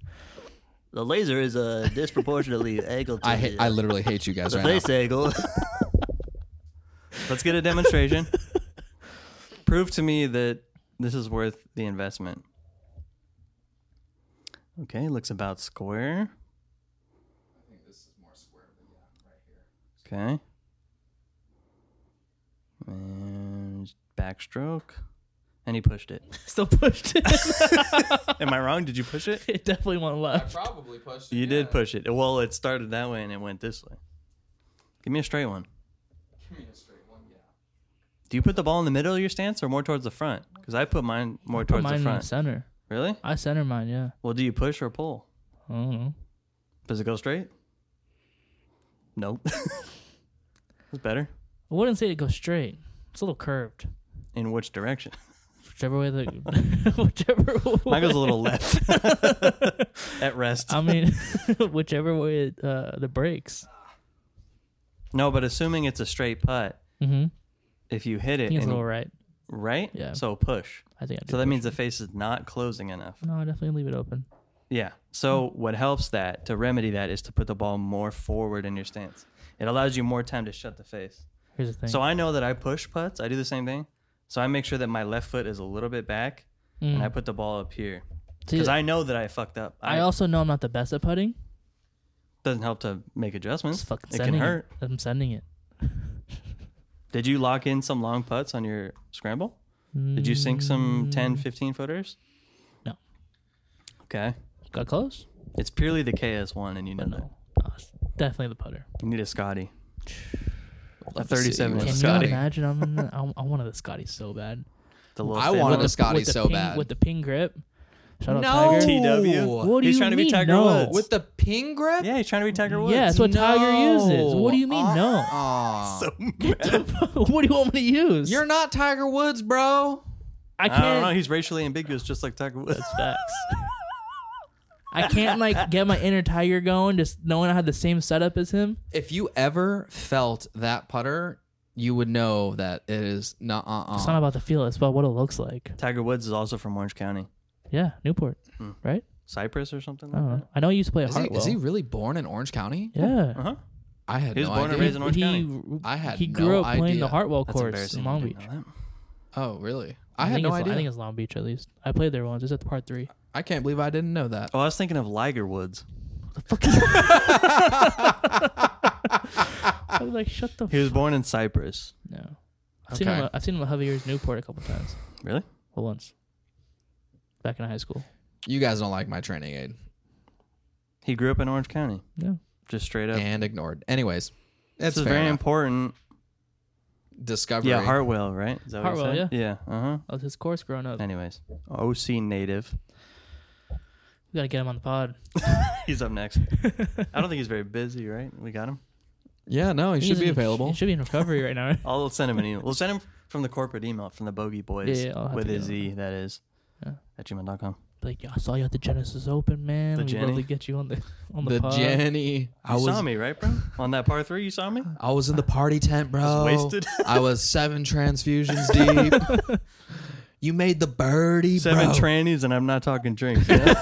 The laser is a disproportionately angled.
I ha- I literally hate you guys right now.
angle. Let's get a demonstration. Prove to me that this is worth the investment. Okay, looks about square. I think this is more square, but yeah, right here. Okay. And backstroke. And he pushed it.
Still pushed it.
Am I wrong? Did you push it?
it definitely went left.
Probably pushed.
You did push it. Well, it started that way and it went this way. Give me a straight one. Do you put the ball in the middle of your stance or more towards the front? Because I put mine more towards
mine
the
in
front.
center.
Really?
I center mine. Yeah.
Well, do you push or pull?
I don't know.
Does it go straight? Nope. That's better.
I wouldn't say it goes straight. It's a little curved.
In which direction?
Whichever way the whichever way,
Mine goes a little left. At rest.
I mean, whichever way it, uh, the brakes.
no, but assuming it's a straight putt,
Mm-hmm.
if you hit
I
it,
think it's a
and-
little right.
right?
Yeah.
So push.
I think I did.
So that means the face is not closing enough.
no, I definitely leave it open.
Yeah. So
Hmm.
what helps that to remedy that is to put the ball more forward in your stance. It allows you more time to shut the face.
Here's the thing.
So I know that I push putts. I do the same thing. So I make sure that my left foot is a little bit back, and I
Hmm.
put the ball up here
See,
because I know that I fucked up.
I also know I'm not the best at putting,
Doesn't help to make adjustments.
Just fucking
It
sending
can hurt.
it. I'm sending it.
Did you lock in some long putts on your scramble? Did you sink some 10, 15 footers?
Hmm. No.
Okay.
Got close?
It's purely the KS1, and you know that.
No. No, it's definitely the putter.
You need a Scotty. A
to see
37
what
inch
Can
Scotty.
Scotty.
you imagine? I'm in the, I, I wanted the Scotty so bad.
The little
I
thin
wanted
one.
a Scotty
with the
so
ping,
bad.
With the ping grip. Shout out
No.
Tiger.
TW.
What
do
he's
you
trying to be
mean,
Tiger
no?
Woods.
With the ping grip?
yeah, he's trying to be Tiger Woods.
Yeah, that's what Tiger uses. What do you mean, no?
no?
So mad.
what do you want me to use?
You're not Tiger Woods, bro.
I
I don't know.
can't.
He's racially ambiguous, just like Tiger Woods.
facts. I can't like get my inner Tiger going just knowing I had the same setup as him.
If you ever felt that putter, you would know that it is not. Uh, uh.
It's not about the feel; it's about what it looks like.
Tiger Woods is also from Orange County,
Yeah, Newport,
Hmm.
right?
Cyprus or something.
I
Like
don't know. I know he used to play at
is, he,
Hartwell.
is he really born in Orange County?
yeah.
Uh huh.
I had
He was
no
born and
idea.
raised in Orange
he,
County.
I had
he
no
grew up playing
idea.
the Hartwell
That's
courts
embarrassing.
in Long
I
Beach.
didn't know that.
oh, really? I, had
think
no
it's-
idea.
I think it's Long Beach at least. I played there once. It's at the part three.
I can't believe I didn't know that.
Oh, I was thinking of Liger Woods.
I was like, shut the.
He
F-
was born in Cyprus.
no. I've seen him.
Okay.
At, I've seen him at Javier's Newport a couple times.
Really?
Well, once. Back in high school.
You guys don't like my training aid
He grew up in Orange County.
Yeah.
Just straight up.
and ignored. Anyways,
this
it's
is
fair
very
enough.
important.
discovery.
Yeah, Hartwell, right? Is that what you
Hartwell,
said? Yeah. Uh huh.
That was his course growing up.
Anyways, OC native.
We gotta get him on the pod.
He's up next. I don't think he's very busy, right? We got him.
Yeah, no, he
He's
should be
in-
available.
He should be in recovery right now.
I'll send him an email. We'll send him from the corporate email from the Bogey Boys
Yeah, I'll have
with
to
a
get
Z. That is
Yeah.
at gmail.com.
like, yeah, I saw you at the Genesis Open, man.
The
We'd love
Jenny?
to get you on the on the,
the
pod.
Jenny. I
You
was
saw me, right, bro? On that par three, you saw me.
I was in the party tent, bro.
wasted.
I was seven transfusions deep. you made the birdie,
Seven
bro.
trannies, and I'm not talking drinks. yeah?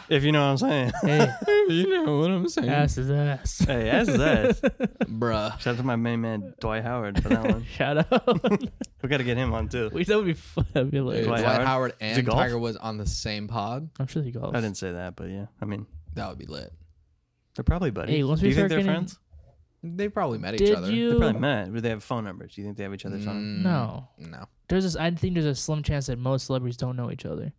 if you know what I'm saying.
Hey,
you know what I'm saying,
ass is ass.
Hey, that's that.
bruh.
Shout out to my main man Dwight Howard for that one.
Shout out.
We got to get him on too.
Wait, that would be fun. That'd be
Dude,
hilarious.
Dwight,
Dwight
Howard,
Howard? Is it
and
golf?
Tiger Woods on the same pod.
I'm sure he golfs.
I didn't say that, but yeah, I mean
That would be lit.
they're probably buddies.
Hey, once
Do
we
you think
start
they're
getting-
friends?
They probably met each
Did
other.
They
you?
probably met, but they have phone numbers. Do you think they have each other's phone? numbers?
Mm,
No.
no.
There's this. I think there's a slim chance that most celebrities don't know each other.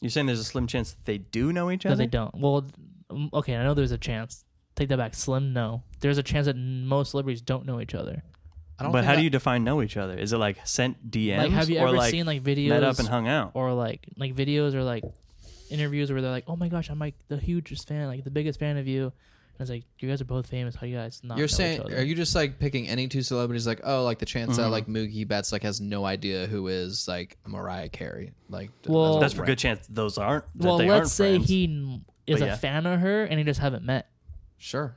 You're saying there's a slim chance that they do know each
No,
other?
they don't. Well, um, okay, I know there's a chance. Take that back. Slim, no. There's a chance that n- most celebrities don't know each other.
I don't
But
think
how
I-
do you define know each other? Is it like sent DMs?
Like, have you
or
ever
like
seen like videos
met up and hung out?
or like like videos or like interviews where they're like, "Oh my gosh, I'm like the hugest fan, like the biggest fan of you." And it's like, "You guys are both famous. How you guys not?" know
You're
each
saying,
other?"
are you just like picking any two celebrities? Like, oh, like the chance
Mm-hmm.
that like Moogie Betts like has no idea who is like Mariah Carey. Like,
Well-
That's a
right.
good chance those aren't. That
well,
they aren't
let's say
friends.
he n- is
But
a
yeah.
fan of her and he just haven't met.
Sure.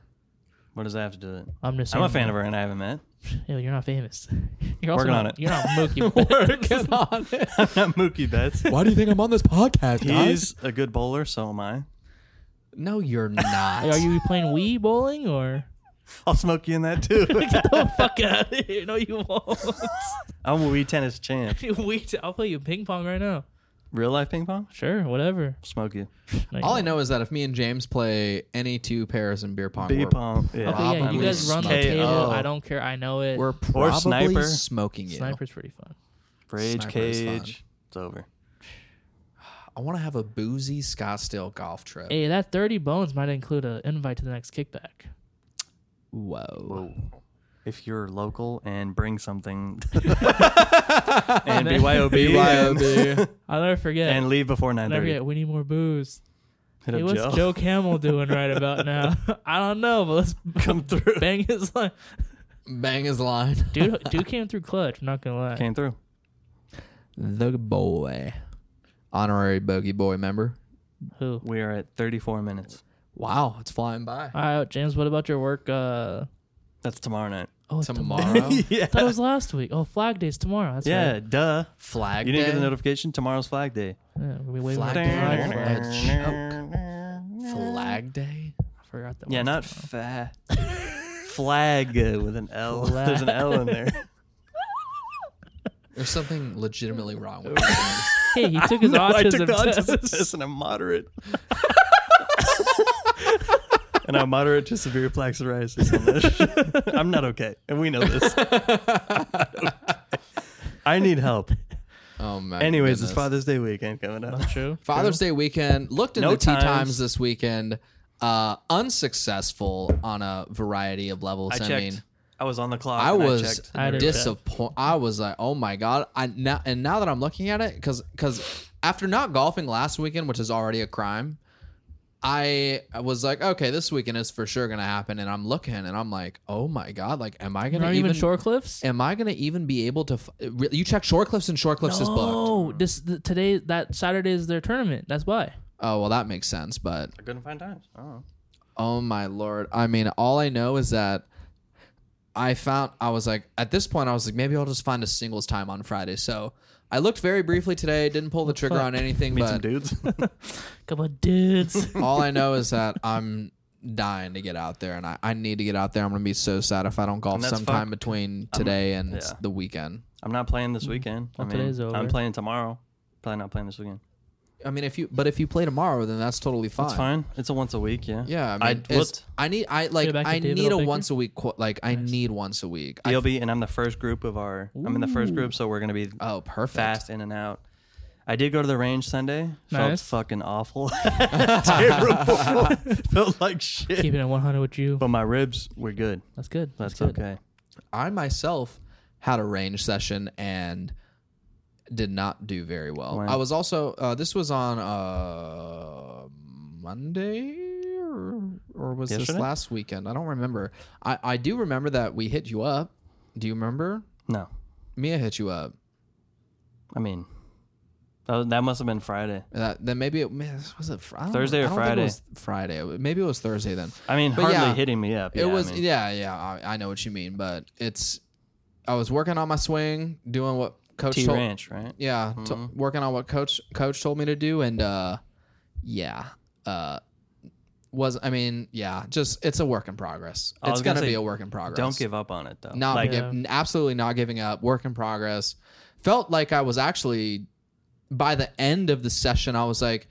What does that have to do with it?
I'm just.
I'm a
saying,
fan of her and I haven't met.
Yo, you're not famous. You're also
Working
not,
on it.
You're not Mookie. Working on it.
I'm not Mookie Betts.
Why do you think I'm on this podcast,
He's a good bowler, so am I.
No, you're not.
Are you playing Wii bowling or?
I'll smoke you in that too.
the fuck out of here. No, you won't.
I'm a wee tennis champ.
Wait, I'll play you ping pong right now.
Real life ping pong?
Sure, whatever.
Smoke you.
No, you
All I
won't.
know is that if me and James play any two pairs in beer pong,
Big
we're,
pong. Yeah.
Okay, yeah, you
probably
guys run the
smoke.
table.
KO.
I don't care. I know it.
we're
Or
probably
sniper.
smoking you.
Sniper's pretty fun.
Rage
Sniper is fun.
cage. It's over.
I want to have a boozy Scottsdale golf trip.
Hey, that 30 bones might include an invite to the next kickback.
Whoa.
If you're local and bring something and BYOB, and-
BYOB.
I'll never forget.
and leave before
I'll
nine
never
thirty.
forget. We need more booze.
Hit
Hey,
up
what's
Joe.
Joe. Camel doing right about now? I don't know, but let's
Come through.
bang his line.
Bang his line.
Dude, dude came through clutch. I'm not gonna lie.
Came through.
The boy. Honorary bogey boy member.
Who?
We are at 34 minutes.
Wow, it's flying by.
All right, James. What about your work? Uh,
That's tomorrow night.
oh, it's
Tomorrow,
yeah.
I thought it was last week. Oh, Flag Day's tomorrow. That's
Yeah,
right.
duh.
Flag
You didn't get the
Day.
notification? Tomorrow's Flag Day.
Yeah, we'll be waiting
Flag
for
Day.
Flag Flag.
What a joke. Flag Day.
I forgot that.
Yeah,
one.
not fa- flag uh, with an L. There's an L in there.
There's something legitimately wrong with it.
Hey, he took his
No,
autism
I took the
test.
autism test and I'm moderate. and I'm moderate to severe plaque psoriasis. on this. I'm not okay, and we know this. I need help.
Oh man.
Anyways, it's Father's Day weekend coming up.
True.
Father's Day weekend. Looked into
No
tea
times.
times this weekend. Uh, unsuccessful on a variety of levels.
I
I,
checked.
mean,
I was on the clock.
I
and
was
checked.
I did check.
disappointed. I was like, oh my god. I now and now that I'm looking at it, because because after not golfing last weekend, which is already a crime, I was like, okay, this weekend is for sure gonna happen. And I'm looking, and I'm like, oh my god, like, am I gonna
Not
even?
even shore cliffs.
Am I gonna even be able to? F- re- you check Shorecliffs and Shorecliffs is booked.
No, Oh, this th- today that Saturday is their tournament. That's why.
Oh well, that makes sense. But
I couldn't find times. Oh,
Oh my lord. I mean, all I know is that I found I was like at this point I was like maybe I'll just find a singles time on Friday. So I looked very briefly today, didn't pull the trigger on anything,
meet some
but
dudes.
Come on, dudes.
all I know is that I'm dying to get out there and I, I need to get out there. I'm gonna be so sad if I don't golf
And that's
sometime
fuck-
between today and
yeah.
the weekend.
I'm not playing this weekend. I
Well,
mean,
today's over.
I'm playing tomorrow. Probably not playing this weekend.
I mean if you but if you play tomorrow then that's totally fine.
It's fine. It's a once a week. Yeah.
Yeah, I
I,
mean, it's-
looked
I need I like
back to
I
David
need a
L. Baker.
once a week qu- like I need once a week. I,
DLB, and I'm the first group of our. I'm in the first group, so we're gonna be
oh, perfect.
fast in and out. I did go to the range Sunday. Felt
Nice.
fucking awful. Terrible. Felt like shit.
Keeping it 100 with you.
But my ribs were good.
That's good.
That's
good.
okay.
I myself had a range session and did not do very well.
Wow.
I was also uh, this was on uh, Monday or, or was this
Yesterday?
last weekend? I don't remember. I, I do remember that we hit you up. Do you remember?
No,
Mia hit you up.
I mean, that, was- that must have been Friday.
That, Uh, then maybe it man, was it Friday
Thursday or
It was Friday. Maybe it was Thursday then.
I mean,
But
hardly
yeah,
hitting me up.
it
Yeah, I
was
mean,
yeah yeah I, I know what you mean, but it's I was working on my swing, doing what coach
T
told
Ranch, right? Mm-hmm.
yeah t- working on what coach coach told me to do and uh yeah uh was i mean yeah just it's a work in progress
I
it's
was gonna
gonna,
say,
be a work in progress
Don't give up on it though.
not
like
give, absolutely not giving up work in progress felt like i was actually by the end of the session i was like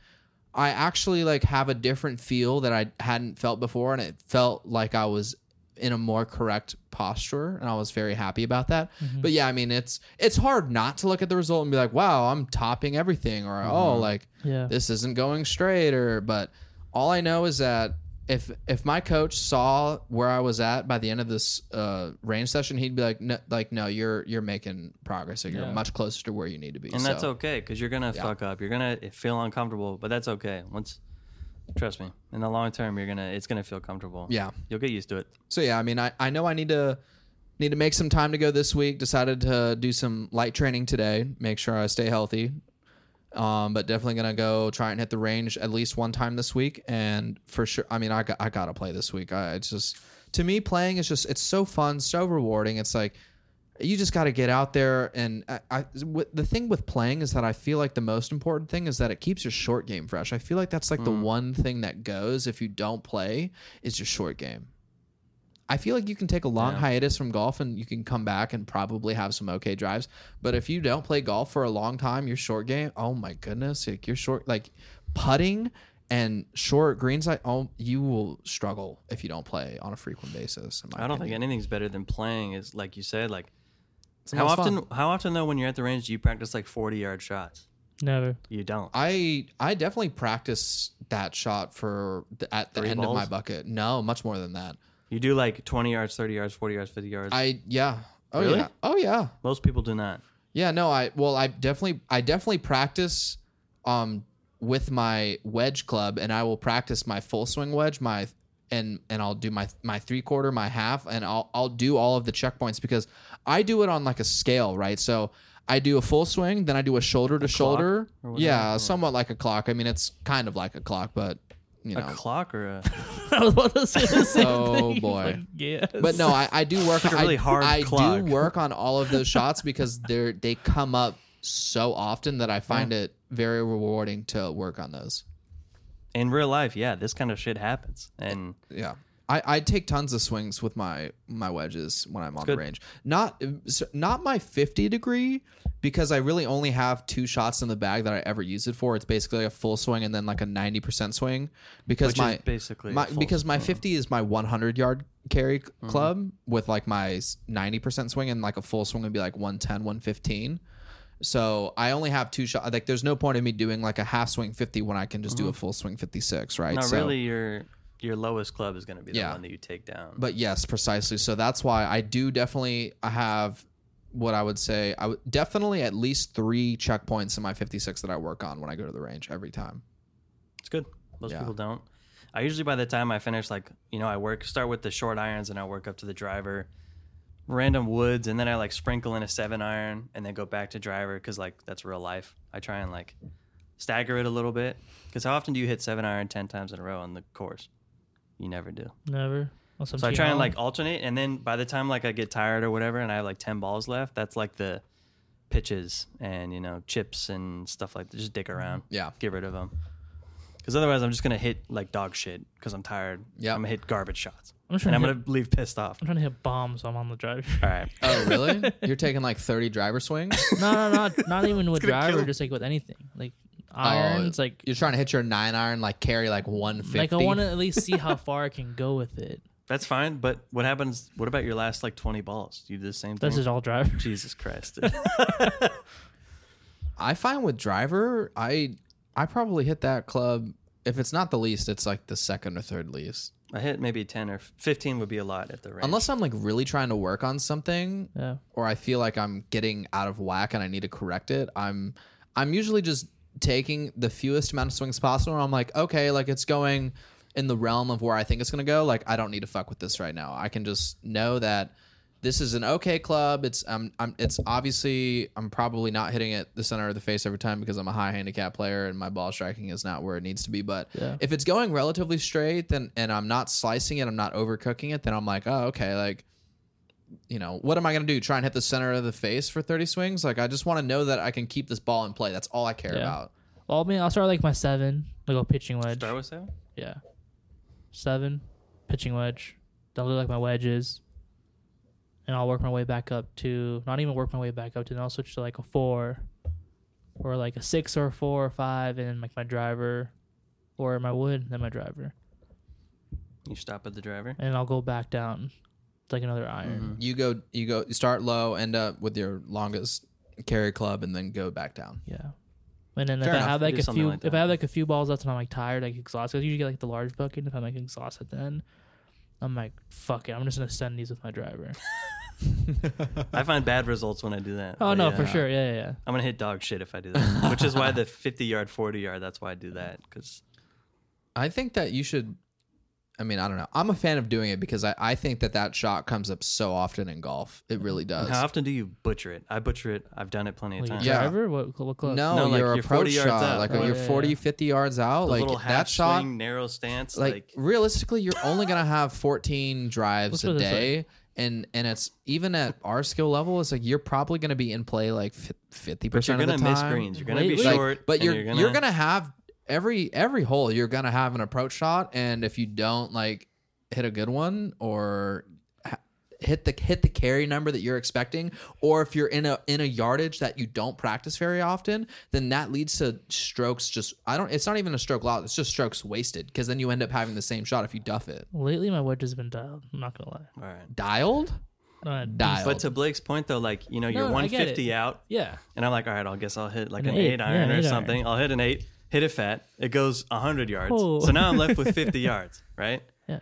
i actually like have a different feel that i hadn't felt before and it felt like i was in a more correct posture and i was very happy about that but yeah i mean it's it's hard not to look at the result and be like wow i'm topping everything or oh like
Yeah.
this isn't going straight or but all i know is that if if my coach saw where i was at by the end of this uh range session he'd be like no like no you're you're making progress or you're
Yeah.
much closer to where you need to be
and that's
So,
okay because you're gonna fuck up. You're gonna feel uncomfortable, but that's okay. Once, trust me, in the long term, you're gonna it's gonna feel comfortable.
yeah
you'll get used to it.
so yeah i mean i i know i need to need to make some time to go this week decided to do some light training today make sure i stay healthy um, but definitely gonna go try and hit the range at least one time this week, and for sure. I mean, I got, I gotta play this week. I it's just to me playing is just it's so fun, so rewarding. It's like you just gotta get out there, and I, I w- the thing with playing is that I feel like the most important thing is that it keeps your short game fresh. I feel like that's like the
Mm.
one thing that goes if you don't play is your short game. I feel like you can take a long hiatus from golf and you can come back and probably have some okay drives. But if you don't play golf for a long time, your short game, oh my goodness, like your short like putting and short greens, like oh you will struggle if you don't play on a frequent basis. in my
I don't think
opinion.
anything's better than playing. Is like you said, like
It's the
how
most
often?
fun.
How often though, when you're at the range, do you practice like 40 yard shots?
Never.
You don't.
I I definitely practice that shot for the, at the
Three
end of my
balls?
bucket. No, much more than that.
You do like 20 yards, 30 yards, 40 yards, 50 yards.
I yeah. Oh
Really?
yeah. Oh yeah.
Most people do not.
Yeah, no, I well, I definitely, I definitely practice, um, with my wedge club, and I will practice my full swing wedge, my and and I'll do my my three quarter, my half, and I'll I'll do all of the checkpoints because I do it on like a scale, right? So I do a full swing, then I do a shoulder to shoulder,
or whatever,
yeah, somewhat like a clock. I mean, it's kind of like a clock, but you
A
know,
clock or a
I was about to say the same
Oh,
thing.
boy.
Like, yes.
But no, I, I do work.
Like a
on,
really
I,
hard
I do
clog.
work on all of those shots because they're they come up so often that I find it very rewarding to work on those.
in real life, yeah, this kind of shit happens. And
Yeah, I, I take tons of swings with my my wedges when I'm on the
good.
range. Not so- not my 50 degree because I really only have two shots in the bag that I ever use it for. It's basically a full swing and then like a 90% swing because
Which is
my
basically
my,
a full
because my 50 is my 100 yard carry c- club with like my s- 90% swing and like a full swing would be like 110, 115. So I only have two shots. Like there's no point in me doing like a half swing 50 when I can just do a full swing 56, right?
Now,
so,
really, your your lowest club is going to be the
Yeah.
one that you take down.
but yes, precisely. So that's why I do definitely have what I would say. I would definitely at least three checkpoints in my 56 that I work on when I go to the range every time.
It's good. Most
Yeah.
people don't. I usually by the time I finish, like you know, I work start with the short irons and I work up to the driver, random woods, and then I like sprinkle in a seven iron and then go back to driver because like that's real life. I try and like stagger it a little bit because how often do you hit seven iron ten times in a row on the course? You never do.
Never. On some
So I
T
try and
Hall.
like alternate, and then by the time like I get tired or whatever, and I have like ten balls left, that's like the pitches and you know chips and stuff like that. Just
Mm-hmm.
dick around,
Yeah.
get rid of them, because otherwise I'm just gonna hit like dog shit because I'm tired.
Yeah.
I'm gonna hit garbage shots,
I'm just
and
trying
I'm
to
gonna leave pissed off.
I'm trying to hit bombs. while I'm on the driver.
All right,
Oh, really? You're taking like 30 driver swings?
no, no, not not even with driver.
him.
Just like with anything, like
Oh,
irons, like
you're trying to hit your nine iron, like carry like 150.
like I want to at least see how far I can go with it.
that's fine. But what happens? What about your last like twenty balls? You do the same thing.
This is all driver.
Jesus Christ. dude.
I find with driver, I I probably hit that club. If it's not the least, it's like the second or third least.
I hit maybe ten or fifteen would be a lot at the range.
Unless I'm like really trying to work on something,
Yeah.
or I feel like I'm getting out of whack and I need to correct it, I'm I'm usually just taking the fewest amount of swings possible. And I'm like, okay, like it's going in the realm of where I think it's gonna go. Like I don't need to fuck with this right now. I can just know that this is an okay club. It's um, I'm it's obviously I'm probably not hitting it the center of the face every time because I'm a high handicap player and my ball striking is not where it needs to be. But
Yeah.
if it's going relatively straight, then and I'm not slicing it, I'm not overcooking it, then I'm like, oh okay, like you know, what am I going to do? Try and hit the center of the face for 30 swings? Like, I just want to know that I can keep this ball in play. That's all I care
Yeah.
about.
Well, I mean, I'll start like my seven, like a pitching wedge.
start with seven.
Yeah. Seven, pitching wedge. That'll do like my wedges. And I'll work my way back up to not even work my way back up to then I'll switch to like a four or like a six or a four or five and then like my driver or my wood, then my driver.
You stop at the driver.
And I'll go back down. It's like another iron.
Mm-hmm.
You go, you go, you start low, end up with your longest carry club, and then go back down.
Yeah. And then if
Fair
I
enough.
have
You
like
do
a
something
few,
like
if
that.
I have like a few balls left and I'm like tired, like exhausted, 'cause I usually get like the large bucket. and If I'm like exhausted, then I'm like, fuck it, I'm just gonna send these with my driver.
I find bad results when I do that.
oh
But
no,
yeah.
for sure, yeah, yeah, yeah.
I'm gonna hit dog shit if I do that, which is why the 50 yard, 40 yard. That's why I do that because
I think that you should. I mean, I don't know. I'm a fan of doing it because I, I think that that shot comes up so often in golf. It really does.
how often do you butcher it? I butcher it. I've done it plenty of
Like your
times.
Yeah.
driver? What, what club?
no,
No, like,
your
you're 40
approach
yards
shot,
out.
like
Right.
you're
Yeah, yeah,
40,
yeah.
50 yards out,
The little
like
half
that shot.
swing, narrow stance.
like,
Like,
realistically you're only gonna have 14 drives
Let's
a
put it this
day and and it's even at our skill level it's like you're probably gonna be in play like fif- 50
but you're
percent of the
gonna
time
miss greens. You're gonna
Wait,
be
wait.
Like,
short.
but
and
you're you're gonna, have every every hole you're gonna have an approach shot and if you don't like hit a good one or ha- hit the hit the carry number that you're expecting or if you're in a in a yardage that you don't practice very often then that leads to strokes just i don't it's not even a stroke loss it's just strokes wasted because then you end up having the same shot if you duff it
Lately, my wedge has been dialed. I'm not gonna lie.
All right.
dialed
Not a
dialed
But to Blake's point though, like you know, you're
No, I get
150
it.
out,
decent- yeah,
and I'm like, all right, I guess I'll hit like an,
An
eight,
eight.
iron
Yeah,
or
eight iron.
something. I'll hit an eight, hit it fat. It goes 100 yards.
Oh.
So now I'm left with 50 yards, right?
yeah.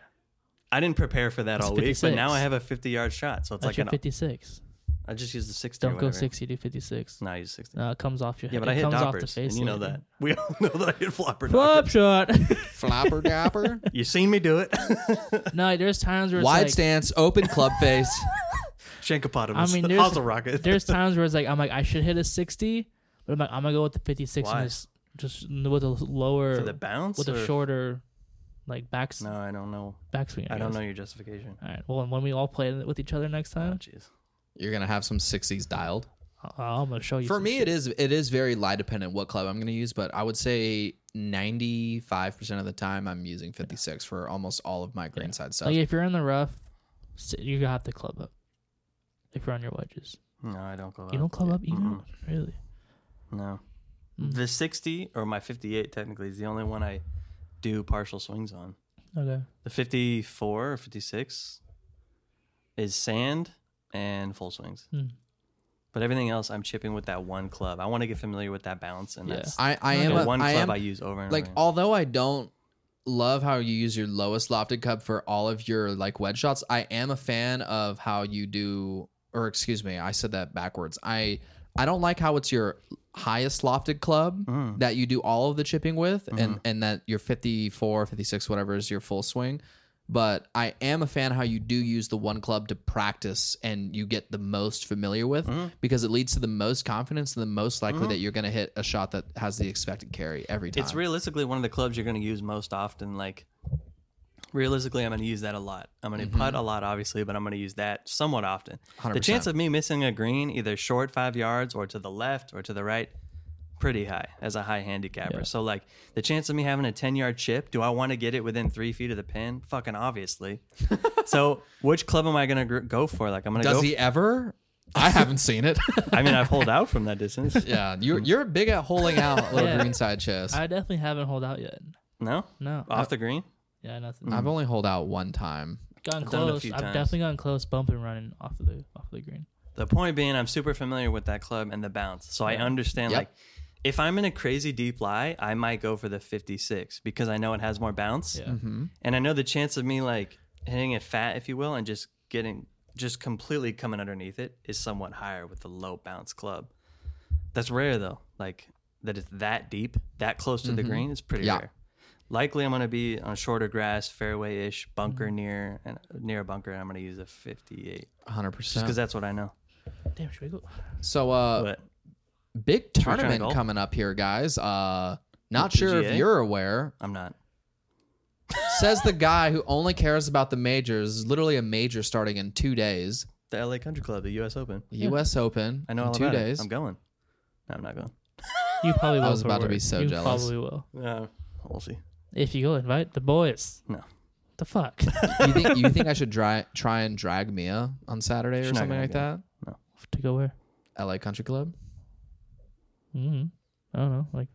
I didn't prepare for that
That's
all week, but now
56.
I have a 50 yard shot. So it's
That's
like
your
an.
56.
I just use the 60. or
Don't go
whatever.
60 to 56.
No, I use 60.
No, it comes off your.
Yeah,
head.
but I
Uh, it
hit
comes off the
doppers,
face.
and you know
lately.
that. We all know that I hit flopper
Flop
doppers.
shot.
flapper dapper
You seen me do it.
no, there's times where it's
wide
like,
stance open club face
Shankopotamus.
I
I
mean,
mean,
there's-
Hazel rocket.
there's times where it's like I'm like I should hit a 60, but I'm like I'm gonna go with the 56
Why?
and just just with a lower
For the bounce?
with a
or-
shorter like back
No, I don't know.
backswing.
I don't
guess.
know your
Uh,
justification.
All right. Well, and when we all play with each other next
Oh,
time,
jeez.
you're gonna have some 60s dialed
I- I'm gonna show you.
For
some
me,
shit.
it is it is very lie dependent what club I'm going to use, but I would say 95% of the time I'm using 56 for almost all of my greenside stuff.
like if you're in the rough, sit- you got to club up. If you're on your wedges,
No, I don't club
you
up.
don't club up either. Really?
No.
Mm.
The 60 or my 58 technically is the only one I do partial swings on.
Okay.
The 54 or 56 is sand and full swings.
Hmm.
But everything else, I'm chipping with that one club. I want to get familiar with that bounce, and
Yeah.
that's
I, I
the
am a,
one
I
club
am
I use over and
like
over.
although I don't love how you use your lowest lofted cup for all of your like wedge shots, I am a fan of how you do or excuse me, I said that backwards. I I don't like how it's your highest lofted club
Mm-hmm.
that you do all of the chipping with and and that your 54, 56 whatever is your full swing. But I am a fan how you do use the one club to practice and you get the most familiar with
Mm-hmm.
because it leads to the most confidence and the most likely that you're going to hit a shot that has the expected carry every time.
It's realistically one of the clubs you're going to use most often. Like, realistically, I'm going to use that a lot. I'm going to
Mm-hmm.
putt a lot, obviously, but I'm going to use that somewhat often. The
100%.
chance of me missing a green, either short five yards or to the left or to the right, pretty high as a high handicapper. So, like, the chance of me having a 10 yard chip, do I want to get it within three feet of the pin? Fucking obviously. so, which club am I going to gr- go for? Like, I'm going to go.
Does he ever? I haven't seen it.
I mean, I've holed out from that distance.
yeah, you're you're big at holing out little
Yeah.
greenside chips.
I definitely haven't holed out yet.
No?
No.
Off the green?
Yeah, nothing.
I've only holed out one time.
gotten
I've done it a
close. I've
few times.
definitely gotten close, bump and running off of the off of the green.
The point being, I'm super familiar with that club and the bounce, so I understand.
Yep.
Like, if I'm in a crazy deep lie, I might go for the 56 because I know it has more bounce,
Yeah.
and I know the chance of me like hitting it fat, if you will, and just getting just completely coming underneath it is somewhat higher with the low bounce club. That's rare though. Like that it's that deep, that close to the green is pretty
Mm-hmm. Yeah.
rare. Likely, I'm going to be on shorter grass, fairway ish, bunker
Mm.
near and near a bunker, and I'm going to use a 58
100.
because
percent
that's what I know.
Damn, should we go?
So, uh,
But
big
trying to
tournament
golf?
coming up here, guys. Uh, not sure if
PGA?
you're aware.
I'm not.
Says the guy who only cares about the majors. Literally a major starting in two days.
The LA Country Club, the U.S. Open.
The U.S. Open.
I know
in
all
two
about
days.
it. I'm going. No, I'm not going.
You probably will.
was
for
about to
work.
be so
you
jealous.
Probably will.
No, we'll see.
If you go, invite the boys.
No.
The fuck.
you think you think I should dry, try and drag Mia on Saturday or
not
something
gonna
like
go.
that?
to go where?
L.A. Country Club.
Mm-hmm. I don't know. Like,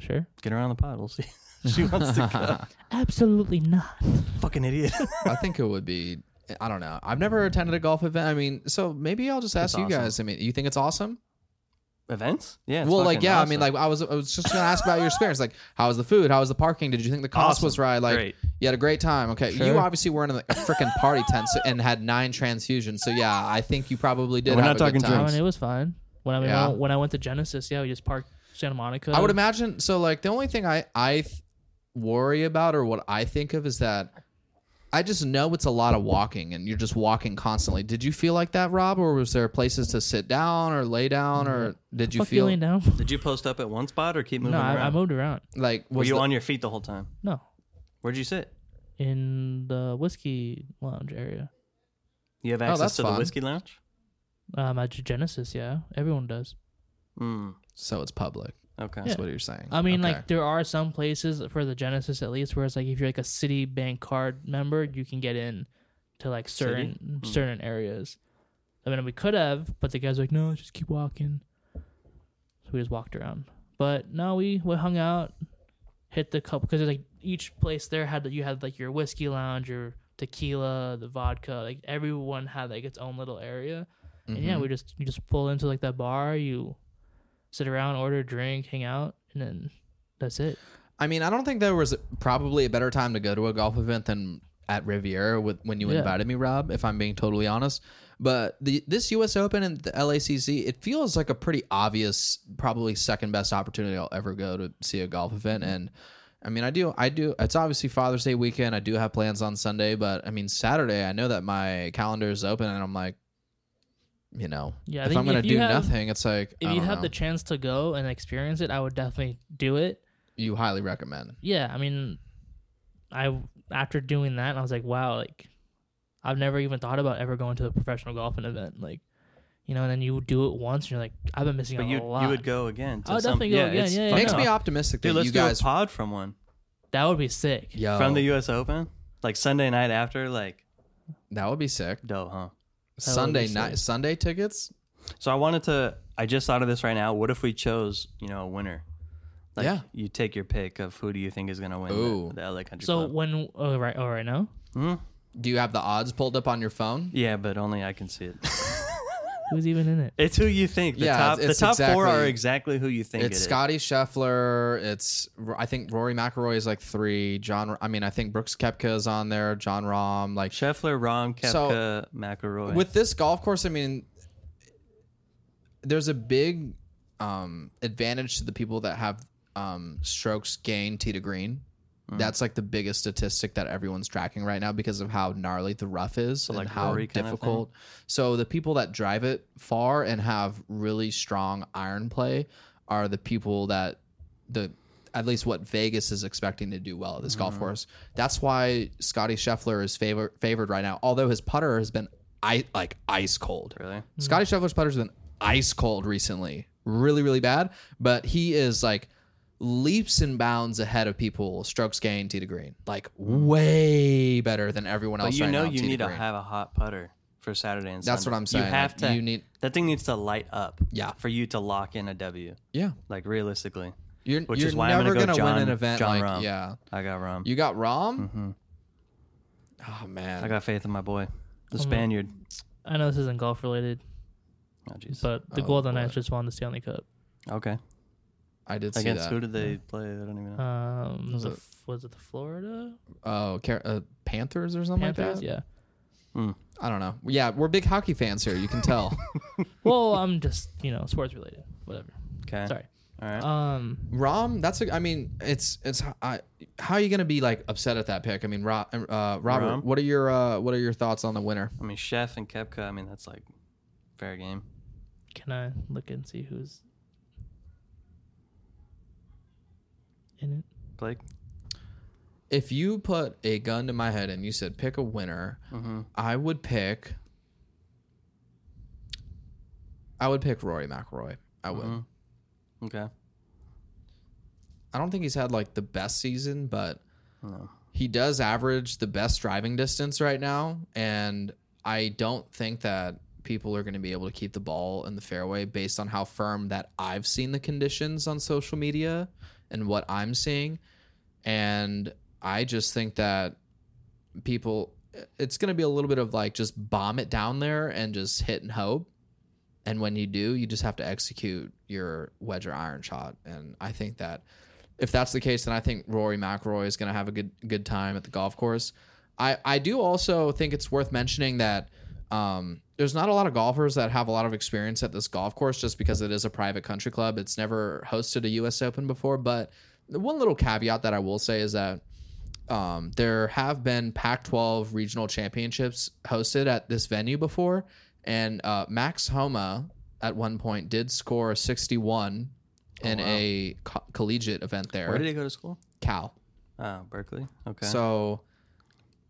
sure.
Get around the pod. We'll see. she wants to go.
Absolutely not.
Fucking idiot.
I think it would be. I don't know. I've never attended a golf event. I mean, so maybe I'll just ask
It's
you
awesome.
guys. I mean, you think it's awesome?
Events? Yeah. it's
well, like
fucking
yeah. I
awesome.
mean, like I was. I was just gonna ask about your experience. Like, how was the food? How was the parking? Did you think the cost was
Awesome.
right? Like,
Great.
you had a great time. Okay, you
Sure.
obviously were in a, a freaking party tent so, and had nine transfusions. So yeah, I think you probably did.
And we're
have
not
a
talking
good time.
I
drinks.
mean, it was fine. When I, mean,
Yeah.
when I- when I went to Genesis, yeah, we just parked Santa Monica.
I would imagine. So like the only thing I I th- worry about or what I think of is that I just know it's a lot of walking and you're just walking constantly. Did you feel like that, Rob, or was there places to sit down or lay down, or did you
Fuck
feel
laying down.
Did you post up at one spot or keep moving
No, I,
around?
I moved around.
like
Were
was
you
the-
on your feet the whole time?
No,
Where'd you sit?
in the whiskey lounge area.
You have
Oh, that's
access to
fun.
the whiskey lounge?
Um, at Genesis, yeah, everyone does.
Mm.
so it's public?
Okay.
That's what you're saying.
I mean,
Okay.
like there are some places for the Genesis at least where it's like if you're like a Citibank card member, you can get in to like certain
Mm.
certain areas. I mean, we could have, but the guys were like, no, just keep walking. So we just walked around. But no, we we hung out, hit the couple because like each place there had you had like your whiskey lounge, your tequila, the vodka. Like everyone had like its own little area. And
Mm-hmm.
yeah, we just you just pull into like that bar, you sit around, order a drink, hang out, and then that's it.
I mean, I don't think there was probably a better time to go to a golf event than at Riviera with when you
Yeah.
invited me, Rob. If I'm being totally honest, but the this U.S. Open and the LACC, it feels like a pretty obvious, probably second best opportunity I'll ever go to see a golf event. And I mean, I do, I do. It's obviously Father's Day weekend. I do have plans on Sunday, but I mean, Saturday, I know that my calendar is open, and I'm like, you know,
Yeah, I
if
think
I'm gonna
if you
do
have-
nothing, it's like
If
I
you
don't
have
know.
the chance to go and experience it, I would definitely do it.
you highly recommend.
Yeah, I mean, I after doing that, I was like, wow, like I've never even thought about ever going to a professional golfing event. Like you know, and then you do it once, and you're like, I've been missing
But
out
you
a lot.
you would go again.
Oh,
To
I would
some,
definitely go
yeah,
again,
it's
yeah, yeah,
fucking-
yeah.
Makes me
up.
optimistic
Dude,
that
let's
you
do
guys
a
Oh.
pod from one
That would be sick.
Yo,
from the U.S. Open, like Sunday night after, like
That would be sick.
dope, huh?
Sunday
sick.
night, Sunday tickets.
So I wanted to. I just thought of this right now. What if we chose, you know, a winner? Like
Yeah.
you take your pick of who do you think is gonna win
Ooh.
the, the LA Country
So
Club.
when oh right oh right now
Do you have the odds pulled up on your phone?
Yeah, but only I can see it.
who's even in it?
it's who you think. The
Yeah,
top
it's- it's
the top four are
exactly-
exactly who you think it
It's
is.
Scotty Scheffler. It's I think Rory McIlroy is like three. John, I mean, I think Brooks Kepka is on there. John Rahm, like
Scheffler, Rom,
So,
Kepka, McElroy.
with this golf course. I mean, there's a big um, advantage to the people that have um, strokes gained tee to green.
Hmm.
That's like the biggest statistic that everyone's tracking right now because of how gnarly the rough is and
like
how
Rory kind of thing?
difficult. So the people that drive it far and have really strong iron play are the people that the at least what Vegas is expecting to do well at this
Mm-hmm.
golf course. That's why Scotty Scheffler is favor- favored right now, although his putter has been I- like ice cold.
really?
Scotty Scheffler's putter's been ice cold recently, really, really bad. But he is like leaps and bounds ahead of people. Strokes gained, tee to green, like way better than everyone
Mm-hmm. But
else.
you
right
know
now,
you
tee to
need to
green.
have a hot putter for Saturday and
That's
Sunday.
what I'm saying.
You have
Like,
to.
you need-
that thing needs to light up.
Yeah.
For you to lock in a W,
yeah.
like realistically.
You're,
Which
you're
is why I'm
never
gonna go
gonna
John-
win an event
John
like
Rahm. Mm-hmm.
yeah.
I got Rom.
You got Rom. Oh man,
I got faith in my boy, the Spaniard.
I know this isn't golf related,
Oh jeez.
but the
Oh,
Golden
boy.
Knights just won the Stanley Cup.
Okay.
I did see
Against
that. Uh,
who did they play? I don't even know.
Um, was,
Was
it
it-
was it the Florida
Oh, Car- uh, Panthers or something
Panthers?
like that.
yeah.
I don't know. Yeah, we're big hockey fans here. You can tell.
Well, I'm just you know sports related, whatever.
Okay.
Sorry.
All
Uh,
right.
Um,
Rom, that's a, I mean, it's it's I, how are you gonna be like upset at that pick? I mean, Ro, uh, Robert,
Rom?
what are your uh, what are your thoughts on the winner?
I mean, Chef and Kepka. I mean, that's like fair game.
can I look and see who's in it?
Blake.
If you put a gun to my head and you said pick a winner, I would pick. I would pick Rory McIlroy. I would.
Mm-hmm. Okay.
I don't think he's had like the best season, but he does average the best driving distance right now. And I don't think that people are going to be able to keep the ball in the fairway based on how firm that I've seen the conditions on social media and what I'm seeing. And I just think that people, it's going to be a little bit of like just bomb it down there and just hit and hope. And when you do, you just have to execute your wedge or iron shot. And I think that if that's the case, then I think Rory McIlroy is going to have a good good time at the golf course. I I do also think it's worth mentioning that um, there's not a lot of golfers that have a lot of experience at this golf course just because it is a private country club. It's never hosted a U.S. Open before, but the one little caveat that I will say is that um, there have been Pac 12 regional championships hosted at this venue before. And uh, Max Homa at one point did score 61 in a co- collegiate event there.
Oh, Where did he go to school?
Cal.
Uh, Berkeley. Okay.
So,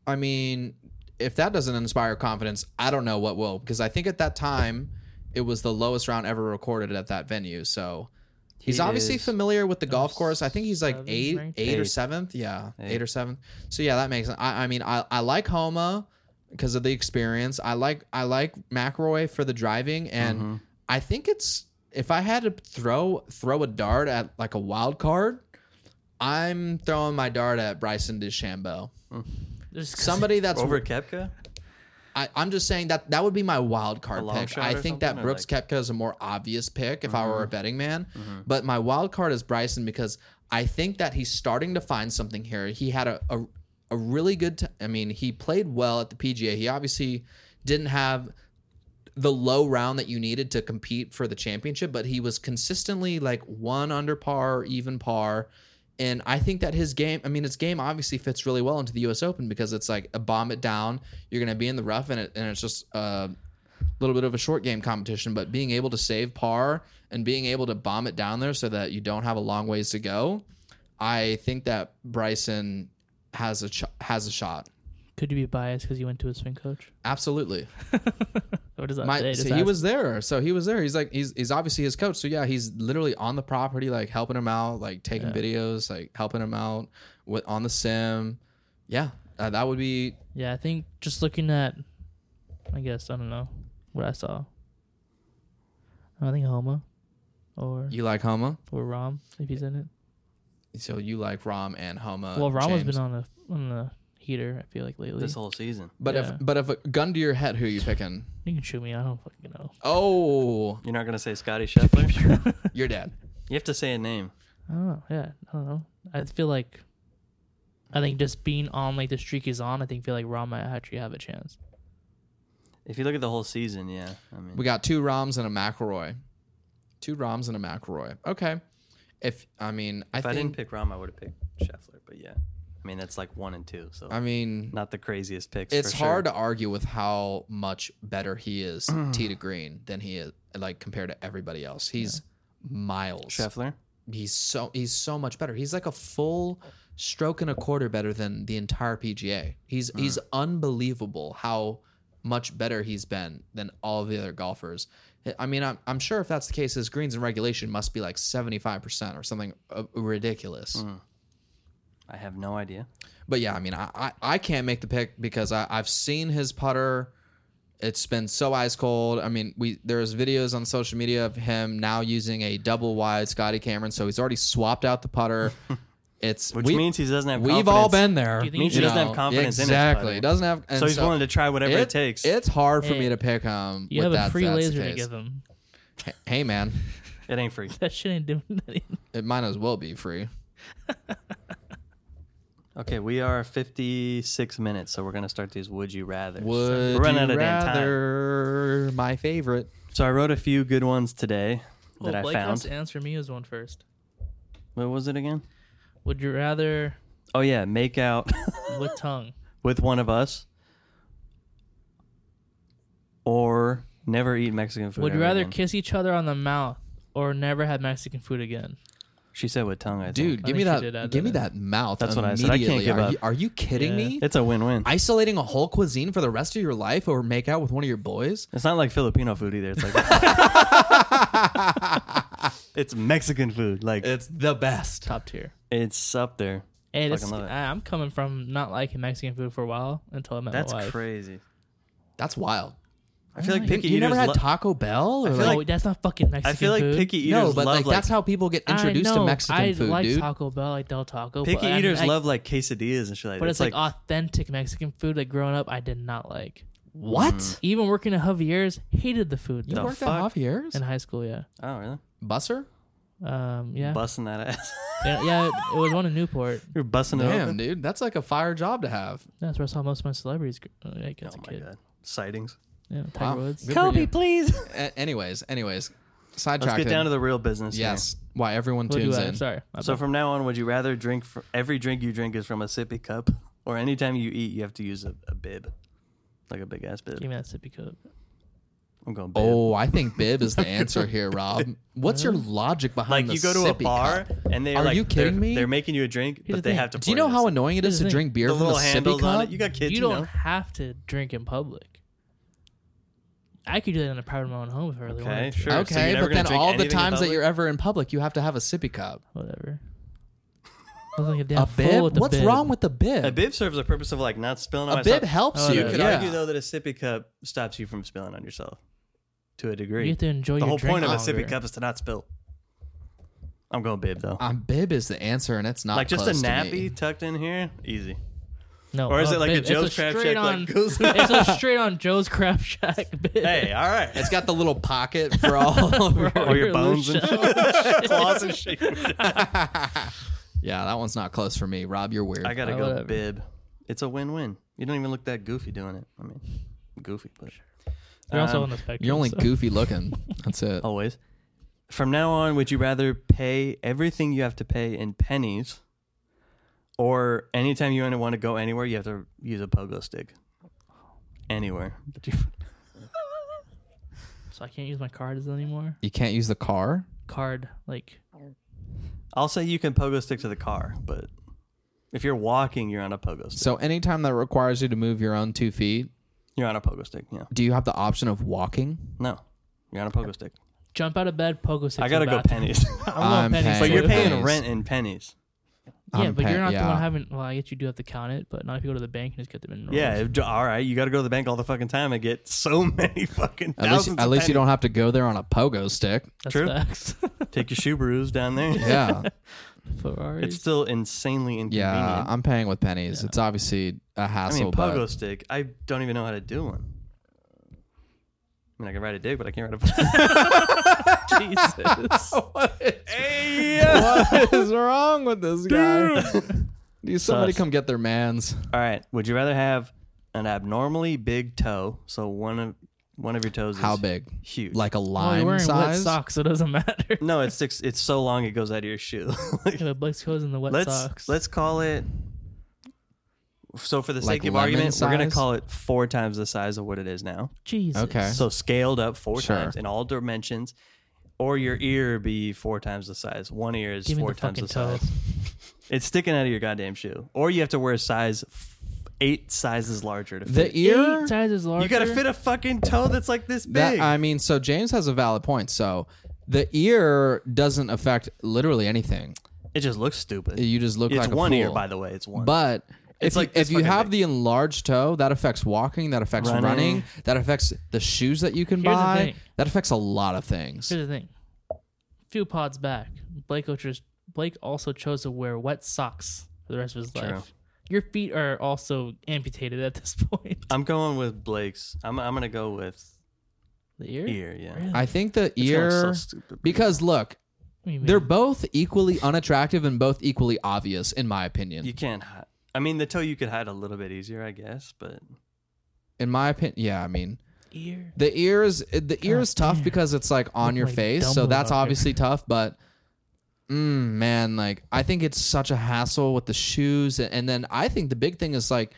I mean, if that doesn't inspire confidence, I don't know what will. Because I think at that time, it was the lowest round ever recorded at that venue. So he's
He
obviously
is-
familiar with the golf course. I think he's like
seventh
eight,
ranked?
eight or
Eight.
seventh. Yeah, eight,
Eight.
or seventh. So yeah, that makes. sense. I, I mean, I, I like Homa because of the experience. I like I like McRoy for the driving, and
Mm-hmm.
I think it's if I had to throw throw a dart at like a wild card. I'm throwing my dart at Bryson DeChambeau.
There's
Somebody that's
over Kepka.
I, I'm just saying that that would be my wild
A
card
long
pick.
shot
I
or something,
think
or
that
Mm-hmm.
Brooks Koepka is a more obvious pick if I were a betting man. But my wild card is Bryson because I think that he's starting to find something here. He had a a, a really good. T- I mean, he played well at the PGA. He obviously didn't have the low round that you needed to compete for the championship, but he was consistently like one under par, even par. And I think that his game, I mean, his game obviously fits really well into the U.S. Open because it's like a bomb it down. You're going to be in the rough, and, it, and it's just a little bit of a short game competition. But being able to save par and being able to bomb it down there so that you don't have a long ways to go, I think that Bryson has a ch- has a shot.
Could you be biased because you went to a swing coach?
Absolutely.
What does that
My,
say? Uh, Just
so he
ask-
was there. So he was there. He's like he's he's obviously his coach. So yeah, he's literally on the property, like helping him out, like taking videos, like helping him out with on the sim. Yeah, uh, that would be
Yeah, I think just looking at, I guess I don't know what I saw. I think Homa, or
you like Homa.
or Rom if he's in it.
So you like Rom and Homa.
well, Rom has
Uh, James.
been on the on the heater. I feel like lately.
this whole season.
But
yeah.
if but if a gun to your head, who are you picking?
you can shoot me. I don't fucking know.
Oh,
You're not gonna say Scotty Scheffler.
your dad.
you have to say a name.
I don't know. Yeah, I don't know. I feel like, I think just being on like the streak is on. I think feel like Rom might actually have a chance.
If you look at the whole season, yeah. I mean,
We got two Roms and a McElroy. Two Roms and a McElroy. Okay. If I mean, I
if I,
think.
didn't pick Rom, I would have picked Scheffler. But yeah, I mean that's like one and two, so
I mean,
not the craziest picks.
it's
for
hard
Sure.
to argue with how much better he is tee to green than he is like compared to everybody else. He's miles.
Scheffler.
He's so he's so much better. He's like a full stroke and a quarter better than the entire PGA. He's
Mm.
he's unbelievable how much better he's been than all the other golfers. I mean, I'm, I'm sure if that's the case, his greens and regulation must be like 75% or something uh, ridiculous.
Mm. I have no idea.
But yeah, I mean, I, I, I can't make the pick because I, I've seen his putter. It's been so ice cold. I mean, we there's videos on social media of him now using a double wide Scotty Cameron, so he's already swapped out the putter. It's
Which
we-
means he doesn't have.
we've
confidence.
all been there.
Do you think Means he
doesn't have confidence in his
exactly.
putter.
doesn't have. and
So he's willing to try whatever it, takes. It,
It's hard for
Hey,
me to pick him.
You
with
have a
that-
free
that's the
laser to
case.
give him.
Hey man,
ain't free.
That shit ain't doing nothing.
it might as well be free.
Okay, we are 56 minutes, so we're gonna start these would you rather.
Would
we're running
you
out of damn time.
rather? My favorite.
So I wrote a few good ones today that I
Oh, Blake has
found.
to answer me as one first.
What was it again?
Would you rather
Oh yeah, make out
with tongue?
with one of us, or never eat Mexican food.
Would you
ever
rather
again.
kiss each other on the mouth or never have Mexican food again?
She said with tongue. I think.
Dude, give
think
me
she did
that.
add
Give
that
me
in.
that mouth.
That's what I said. I can't
immediately.
give
are
up.
You, are you kidding
Yeah.
me?
it's a win-win.
Isolating a whole cuisine for the rest of your life, or make out with one of your boys?
It's not like Filipino food either. It's like it's Mexican food. Like
It's the best.
Top tier.
it's up there.
Hey, this,
Fucking love it.
I, I'm coming from not liking Mexican food for a while until I met
That's
my wife.
crazy.
That's wild.
I feel like
You,
picky
you
eaters.
never had
lo-
Taco Bell? Or
feel
No,
like,
like-
that's not fucking Mexican
I feel like
food.
picky eaters
no, but
love
like, that's how people get
I
introduced to
know,
Mexican
I
food,
like
dude.
Taco Bell, like Del Taco.
picky
but I-
eaters
I-
love like quesadillas and shit like that.
but it's, like, authentic Mexican food. Like growing up, I did not like.
what?
Even working at Javier's, hated the food
You
though.
worked
Mm. fuck?
at Javier's?
in high school. Yeah,
oh really?
Busser?
um, yeah,
Busting that ass.
yeah, yeah, It was one in Newport.
You're busting it
Damn,
open.
dude, that's like a fire job to have.
That's where I saw most of my celebrities. gr- uh, Like as
Oh
a
my
kid,
god. Sightings.
yeah, Tiger
Wow.
Woods.
Good for you.
please.
A- anyways, anyways,
Let's
sidetracked.
get down to the real business. here.
yes. Why everyone
What do
tunes
I?
in?
Sorry. my
So
bad.
from now on, would you rather drink fr- every drink you drink is from a sippy cup, or anytime you eat you have to use a, a bib, like a big ass bib?
give me that sippy cup.
I'm going bib.
Oh, I think bib is the answer here, Rob. What's your logic
like
behind the
you go to a
sippy
bar
cup?
and they
Are
like,
you kidding
they're,
me?
They're making you a drink,
the
but they
thing.
have to.
Do you
pour
know
it
how
in.
annoying it
Here's
is
the
to
thing.
drink beer
the
from a
little
sippy
handles on it?
cup?
You got kids,
you
you,
don't
know.
have to drink in public. I could do that in a private my own home if I really
Okay,
wanted to.
sure. so
Okay,
you're never
but then
gonna drink
all the
anything in
times that
public?
you're ever in public, you have to have a sippy cup.
Whatever. Look like a damn
A
fool
bib?
with a
What's
bib.
wrong with the bib?
A bib serves the purpose of like not spilling on
A
myself.
bib helps
Oh,
you.
You could
yeah.
argue though that a sippy cup stops you from spilling on yourself, to a degree.
You have to enjoy
the
your
whole
drink
point of a
longer.
sippy cup is to not spill. I'm going bib though.
Um, bib is the answer, and it's not
like just a
close to me.
nappy tucked in here, easy.
No,
Or is
oh,
it like a
bib. It's
Joe's Crab Shack,
straight
like,
on-
goes-
It's a straight on Joe's Crab Shack. Bib.
Hey, all right.
It's got the little pocket for all. of your-
or your
Your
bones and claws and shit.
yeah, that one's not close for me. Rob, you're weird.
I gotta
Oh,
go
whatever.
bib. It's a win-win. You don't even look that goofy doing it. I mean, goofy, but
You're also
Um,
on the spectrum.
you're only
so.
goofy looking. That's it.
always. From now on, would you rather pay everything you have to pay in pennies, or anytime you want to go anywhere, you have to use a pogo stick? Anywhere.
So I can't use my cards anymore.
You can't use the car.
Card like
I'll say you can pogo stick to the car, but If you're walking, you're on a pogo stick.
So anytime that requires you to move your own two feet,
You're on a pogo stick. Yeah.
do you have the option of walking?
No, you're on a pogo stick.
Jump out of bed, pogo stick.
I
to the
gotta go
bathroom.
pennies.
I'm
I'm
going pennies.
paying.
but
too.
you're paying
Pennies.
rent in pennies.
Yeah,
I'm
but
pay-
you're not the
yeah.
one having. Well, I guess you do have to count it, but not if you go to the bank and just get them in. Rolls.
Yeah. If, all right. You got to go to the bank all the fucking time and get so many fucking.
At least,
thousands
at
of
least you
pennies.
don't have to go there on a pogo stick.
that's
true.
Facts.
take your shoe brews down there.
Yeah,
Ferraris.
It's still insanely inconvenient.
yeah. I'm paying with pennies. It's obviously a
I
hassle.
mean,
but-
pogo stick. I don't even know how to do one. I mean, I can ride a dick, but I can't ride a.
Jesus.
what is wrong with this guy? Need somebody
Sus.
come get their man's.
all right. Would you rather have an abnormally big toe? So one of one of your toes.
How
is
big?
Huge.
Like a
Well, Oh, you're
lime
wearing wet
size?
socks, so it doesn't matter.
No, it's six. It's so long it goes out of your shoe. Like,
Yeah, but Blake's goes in the wet
let's
socks.
let's call it. So for the
Like
sake of
lemon
argument, we're gonna
size?
call it four times the size of what it is now.
Jesus.
Okay.
So scaled up four
Sure.
times in all dimensions, or your ear be four times the size. One ear is
Give me
four
the
times
fucking
the
toe.
size. It's sticking out of your goddamn shoe, or you have to wear a size f- eight sizes larger to
The
fit.
ear?
Eight sizes larger.
you gotta fit a fucking toe that's like this big.
That, I mean, so James has a valid point. So the ear doesn't affect literally anything.
it just looks stupid.
You just look
it's
like a
one ear,
fool.
by the way. It's one.
But
It's
if,
like
you,
this
if you
fucking
have
thing.
the enlarged toe, that affects walking, that affects running,
Running.
that affects the shoes that you can
Here's the
buy,
thing.
that affects a lot of things.
Here's the thing. A few pods back, Blake chose, Blake also chose to wear wet socks for the rest of his life. Your feet are also amputated at this point.
I'm going with Blake's. I'm I'm gonna go with
The ear?
ear. Yeah.
Really?
I think the
It's gonna
ear,
look so stupid.
because look,
What do you mean?
they're both equally unattractive and both equally obvious, in my opinion.
You can't hide. I mean, the toe you could hide a little bit easier, I guess, but
in my opinion, yeah, I mean,
ear.
the ear is the ear is tough
damn.
because it's like on
Look
your
like
face, so that's
Dumbledore.
obviously tough. But mm, man, like I think it's such a hassle with the shoes, and, and then I think the big thing is like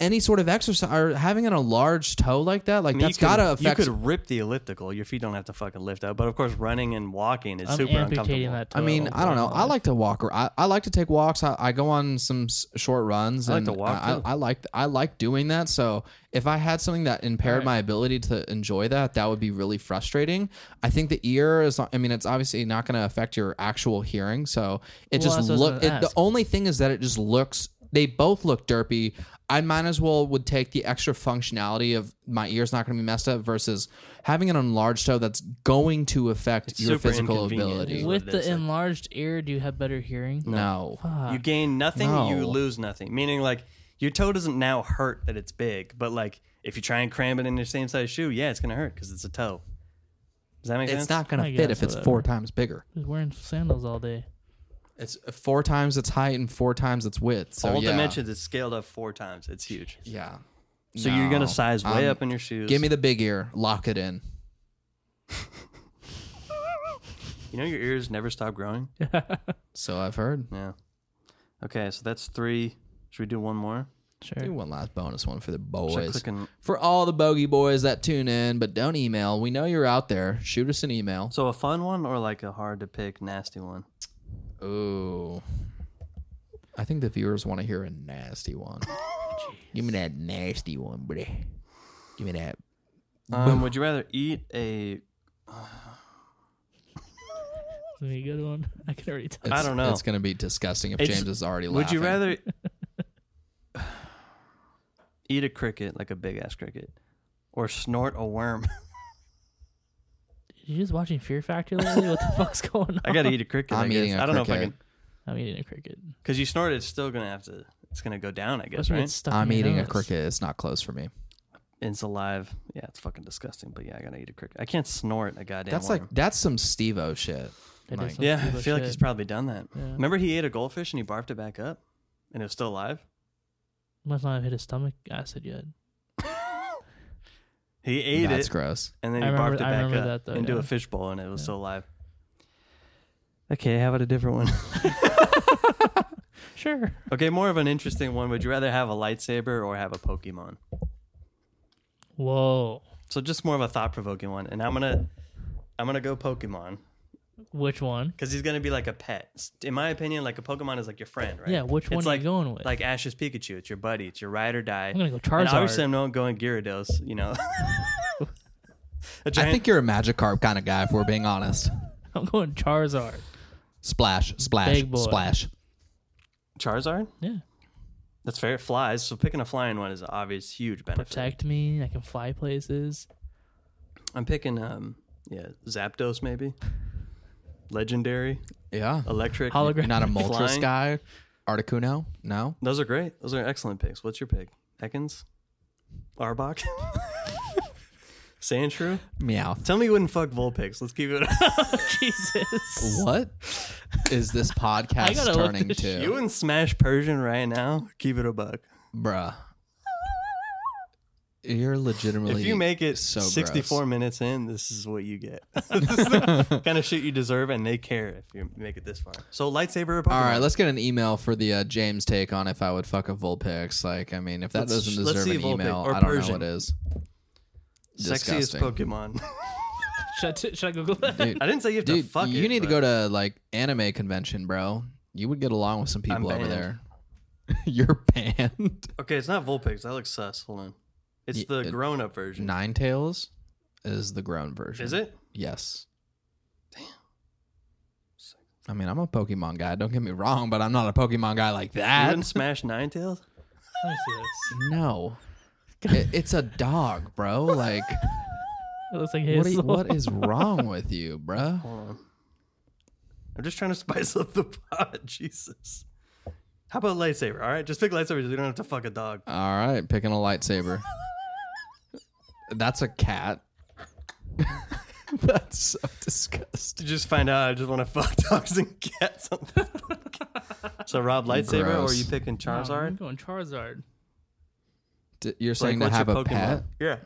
any sort of exercise or having an enlarged toe like that, like
I mean,
that's
you could-
gotta affect.
You could rip the elliptical. Your feet don't have to fucking lift up, but of course, running and walking is
I'm
super
amputating
uncomfortable.
that toe.
I mean,
at one
I don't
point in
know.
my
I
life.
like to walk. Or I, I like to take walks. I, I go on some s- short runs.
I like
and
to walk,
I, I,
too.
I like I like doing that. So if I had something that impaired my ability to enjoy that, that would be really frustrating. I think the ear is. not- I mean, it's obviously not going to affect your actual hearing. So it
Well, that's what
just
I was
look.
gonna
It, the
ask.
only thing is that it just looks. They both look derpy. I might as well would take the extra functionality of my ear's not going to be messed up versus having an enlarged toe that's going to affect
It's
your
super
physical
inconvenient.
ability.
is what
With
it
the
is, like-
enlarged ear, do you have better hearing?
No.
Fuck.
You gain nothing, you
No.
lose nothing. Meaning, like, your toe doesn't now hurt that it's big, but like, if you try and cram it in your same size shoe, yeah, it's gonna hurt because it's a toe. Does that make sense?
It's not going
I
to fit
guess,
if it's
whatever.
four times bigger.
He's wearing sandals all day.
It's uh, four times its height and four times its width. So
All
yeah.
dimensions, it's scaled up four times. It's huge.
Yeah.
So you're
No.
gonna size way
Um,
up in your shoes.
Give me the big ear. Lock it in.
You know your ears never stop growing.
So I've heard.
Yeah. Okay, so that's three. Should we do one more?
Do
Sure.
one last bonus one for the
Should I
boys.
click and-
For all the bogey boys that tune in but don't email, we know you're out there. Shoot us an email.
So a fun one or like a hard to pick nasty one?
Ooh. I think the viewers want to hear a nasty one. Give me that nasty one, buddy. Give me that.
Um, would you rather eat a
Is it a good one? I can already tell.
It's-
don't know.
It's going to be disgusting if
It's-
James is already laughing.
would you rather eat a cricket like a big ass cricket or snort a worm?
You just watching Fear Factor lately? What the fuck's going on?
I got to eat a cricket.
I'm
I guess.
eating a
I don't know if I
cricket.
can
I'm eating a cricket.
cuz you snort it, it's still going to have to it's going to go down, I guess,
That's
right?
right. Stuck in
I'm
your
eating a
nose.
cricket. It's not close for me.
It's alive. Yeah, it's fucking disgusting, but yeah, I got to eat a cricket. I can't snort a goddamn
That's
worm.
like that's some Steve-O shit.
That
Like-
is some
Yeah, I
stupid
feel like he's
shit.
probably done that.
Yeah.
Remember he ate a goldfish and he barfed it back up and it was still alive?
must not have hit his stomach acid yet.
He ate
that's
it.
gross.
And then
I
he barfed
remember-
it
I
back
remember
up
that, though,
into
yeah.
a fishbowl, and it was still alive. Okay, how about a different one?
Sure.
okay, more of an interesting one. Would you rather have a lightsaber or have a Pokemon?
Whoa.
So just more of a thought-provoking one. And I'm gonna, I'm gonna go Pokemon,
Which one?
Because he's gonna be like a pet. S- In my opinion, like a Pokemon is like your friend, right?
Yeah, which
It's
one are you
like,
going with?
Like Ash's Pikachu, it's your buddy, it's your ride or die.
I'm gonna go
And
Charizard.
obviously, I'm not going Gyarados. You know, a giant.
I think you're a Magikarp kind of guy, if we're being honest.
I'm going Charizard.
Splash, splash,
Big boy.
splash.
Charizard.
Yeah.
That's fair. It flies. So picking a flying one is an obvious huge benefit.
Protect me. I can fly places.
I'm picking um yeah Zapdos maybe. Legendary,
Yeah.
electric,
Hologram.
You're not a Moltres
Flying.
guy. Articuno? No.
Those are great. Those are excellent picks. What's your pick? Ekans? Arbok? Sandshrew?
Meowth.
Tell me you wouldn't fuck Vulpix. Let's keep it.
Jesus.
What is this
I
podcast
gotta look
turning
this
to?
you wouldn't smash Persian right now. Keep it a buck.
Bruh. You're legitimately.
If you make it
so gross.
64 minutes in, this is what you get. this is the kind of shit you deserve, and they care if you make it this far. So lightsaber. Or Pokemon?
All right, let's get an email for the uh, James take on if I would fuck a Vulpix. Like, I mean, if that
Let's-
doesn't
let's
deserve
see
an
Vulpix
email,
or
I don't
Persian.
know what is.
sexiest
Disgusting.
Pokemon.
Should, I- should I Google that?
Dude,
I didn't say you have
dude,
to fuck.
you
it,
need to
but
go to like anime convention, bro. You would get along with some
I'm
people over
banned.
there. You're banned.
Okay, it's not Vulpix. That looks sus. Hold on. It's
Ye-
the
it-
grown-up version.
Nine Tails is the grown version.
Is it?
Yes. Damn. I mean, I'm a Pokemon guy. Don't get me wrong, but I'm not a Pokemon guy like
You
that.
wouldn't smash Ninetales?
Let me see this.
No. It- it's a dog, bro. Like,
It looks like
what, are
his.
you- what is wrong with you, bro?
Hold on. I'm just trying to spice up the pot. Jesus. How about lightsaber? All right, just pick lightsaber. so You don't have to fuck a dog.
All right, picking a lightsaber. That's a cat. That's so disgusting.
To just find out, I just want to fuck dogs and cats. On the podcast. so Rob, lightsaber, or are
Gross.
you picking
I'm
Charizard?
going Charizard.
D- You're saying
what's
to have
your
a pet?
Yeah,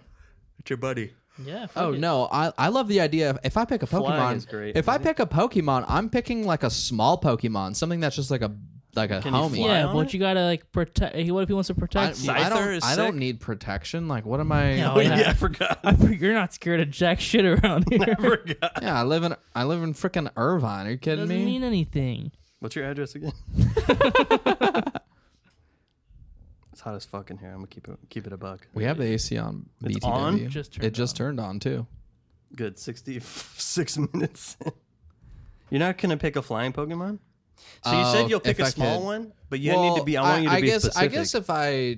it's your buddy.
Yeah. fuck
Oh
it.
no, I, I love the idea. Of, if I pick a
Flying
Pokemon,
is great,
if I
right?
pick a Pokemon, I'm picking like a small Pokemon, something that's just like a like a
Can you
homie.
fly?
Yeah,
on
but
it?
you gotta like protect. hey, What if he wants to
I,
protect you?
I
Scyther
don't.
is
I don't
sick.
need protection. Like, what am I?
No,
Yeah,
Oh
yeah.
yeah, I forgot.
I fig- you're not scared of jack shit around here.
I forgot.
I live in. I live in freaking Irvine. Are you kidding
Doesn't
me?
mean anything.
What's your address again? it's hot as fuck in here. I'm gonna keep it keep it a buck.
we have the AC on.
It's
BTW.
on?
It
Just
just
turned on.
turned on too.
Good, sixty-six minutes. in. You're not gonna pick a flying Pokemon. So you
Oh,
said you'll pick
if
a
I
small
could.
one, but you need to be. I want you to
I
be
guess,
specific.
I guess if I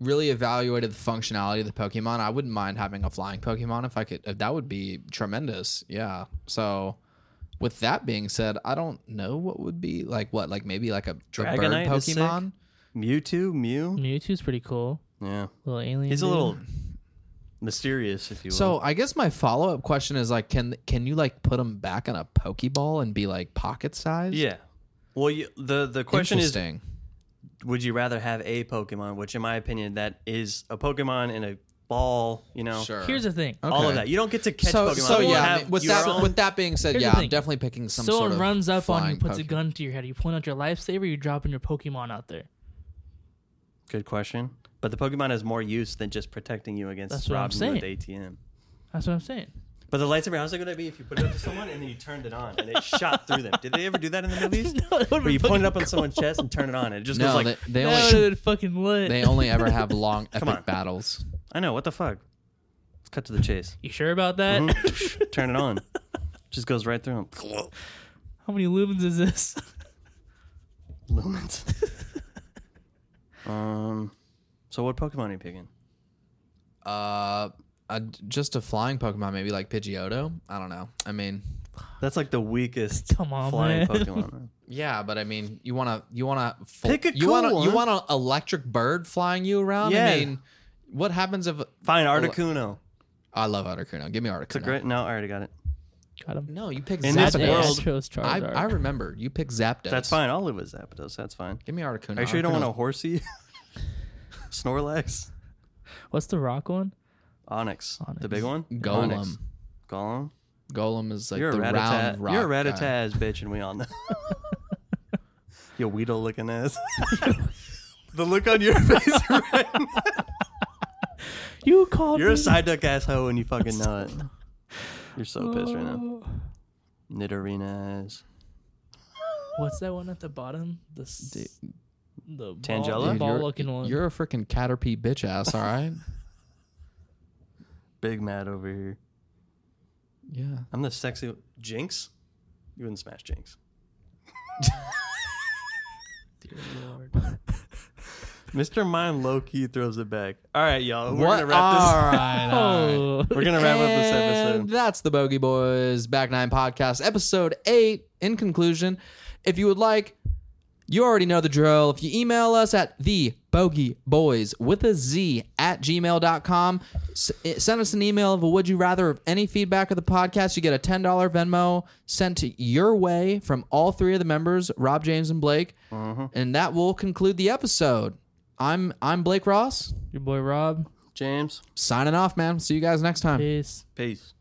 really evaluated the functionality of the Pokemon, I wouldn't mind having a flying Pokemon if I could. If that would be tremendous. Yeah. So, with that being said, I don't know what would be like. What like maybe like a, a bird
Dragonite is sick.
Pokemon.
Mewtwo, Mew.
Mewtwo's pretty cool.
Yeah,
Little alien.
Mm. he's a
dude.
little mysterious, if you will.
So I guess my follow up question is like, can can you like put them back in a Pokeball and be like pocket size?
yeah. Well, you, the the question is,
Interesting.
would you rather have a Pokemon? Which, in my opinion, that is a Pokemon in a ball. You know,
sure.
Here's the thing.
Okay.
all of that. You don't get to catch
so
Pokemon.
so
but you
yeah. I
have
mean, with
your
that
own-
with that being said,
Here's the
yeah, I'm
thing.
definitely picking some
Someone
sort of
runs up on you,
flying
puts a
Pokemon.
gun to your head. You point out your lifesaver. You're dropping your Pokemon out there.
Good question. But the Pokemon has more use than just protecting you against
That's what I'm
Robin Hood
saying.
ATM.
That's what I'm saying.
But the lightsaber, how's it going to be if you put it up to someone and then you turned it on and it shot through them? Did they ever do that in the movies?
No, that would've
Where you
been
point it up
fucking
on someone's chest and turn it on. And it just
No,
goes like,
they, they
that
only
would have been fucking lit.
They only ever have long
on.
epic battles.
I know, what the fuck? Let's cut to the chase.
you sure about that?
Mhm. turn it on. Just goes right through them.
How many lumens is this?
Lumens. um, so what Pokemon are you picking?
Uh, uh, just a flying Pokemon, maybe like Pidgeotto. I don't know. I mean,
That's like the weakest
Come on,
flying
man.
Pokemon.
yeah, but I mean, you wanna you wanna fl-
Pick a
you wanna
cool
you
one.
want an electric bird flying you around.
Yeah.
I mean, what happens if
Fine, Articuno.
I love Articuno? Give me Articuno.
It's a great. No, I already got it.
Got him.
No, you pick
In
That
this
day
Zapdos.
world-
I chose
I,
Charizard.
I remember you pick Zapdos.
That's fine. I'll live with Zapdos. That's fine.
Give me Articuno.
Are you sure you don't want a
Articuno's-
horsey? Snorlax?
What's the rock one?
Onyx.
Onyx.
The big one?
Golem.
Onyx. Golem?
Golem is like
You're a
the
Rattata-
round rock.
You're a
guy.
Rattatas bitch, and we all know. Your Weedle looking ass. the look on your face right now.
You called
You're a
me.
Oh.
side duck asshole and you fucking know it. You're so pissed right now. Nidorina is
What's that one at the bottom? The s- the
Tangela?
ball,
you're,
looking one.
You're a freaking caterpie bitch ass, all right?
big mad over here.
yeah.
I'm the sexy Jinx. You wouldn't smash Jinx.
Dear Lord.
Mr. Mime low key throws it back. All right, y'all. We're gonna
What?
wrap this.
All right, all right.
Oh,
We're gonna wrap up this
And
episode.
That's the Bogey Boys Back Nine Podcast, episode eight. In conclusion, if you would like, you already know the drill. If you email us at the Bogey Boys with a Z at gmail.com, s- eh, send us an email of a would you rather of any feedback of the podcast. You get a $10 Venmo sent to your way from all three of the members, Rob, James, and Blake.
Uh-huh.
And that will conclude the episode. I'm I'm Blake Ross.
your boy Rob.
James,
Signing off, man. See you guys next time.
Peace.
peace.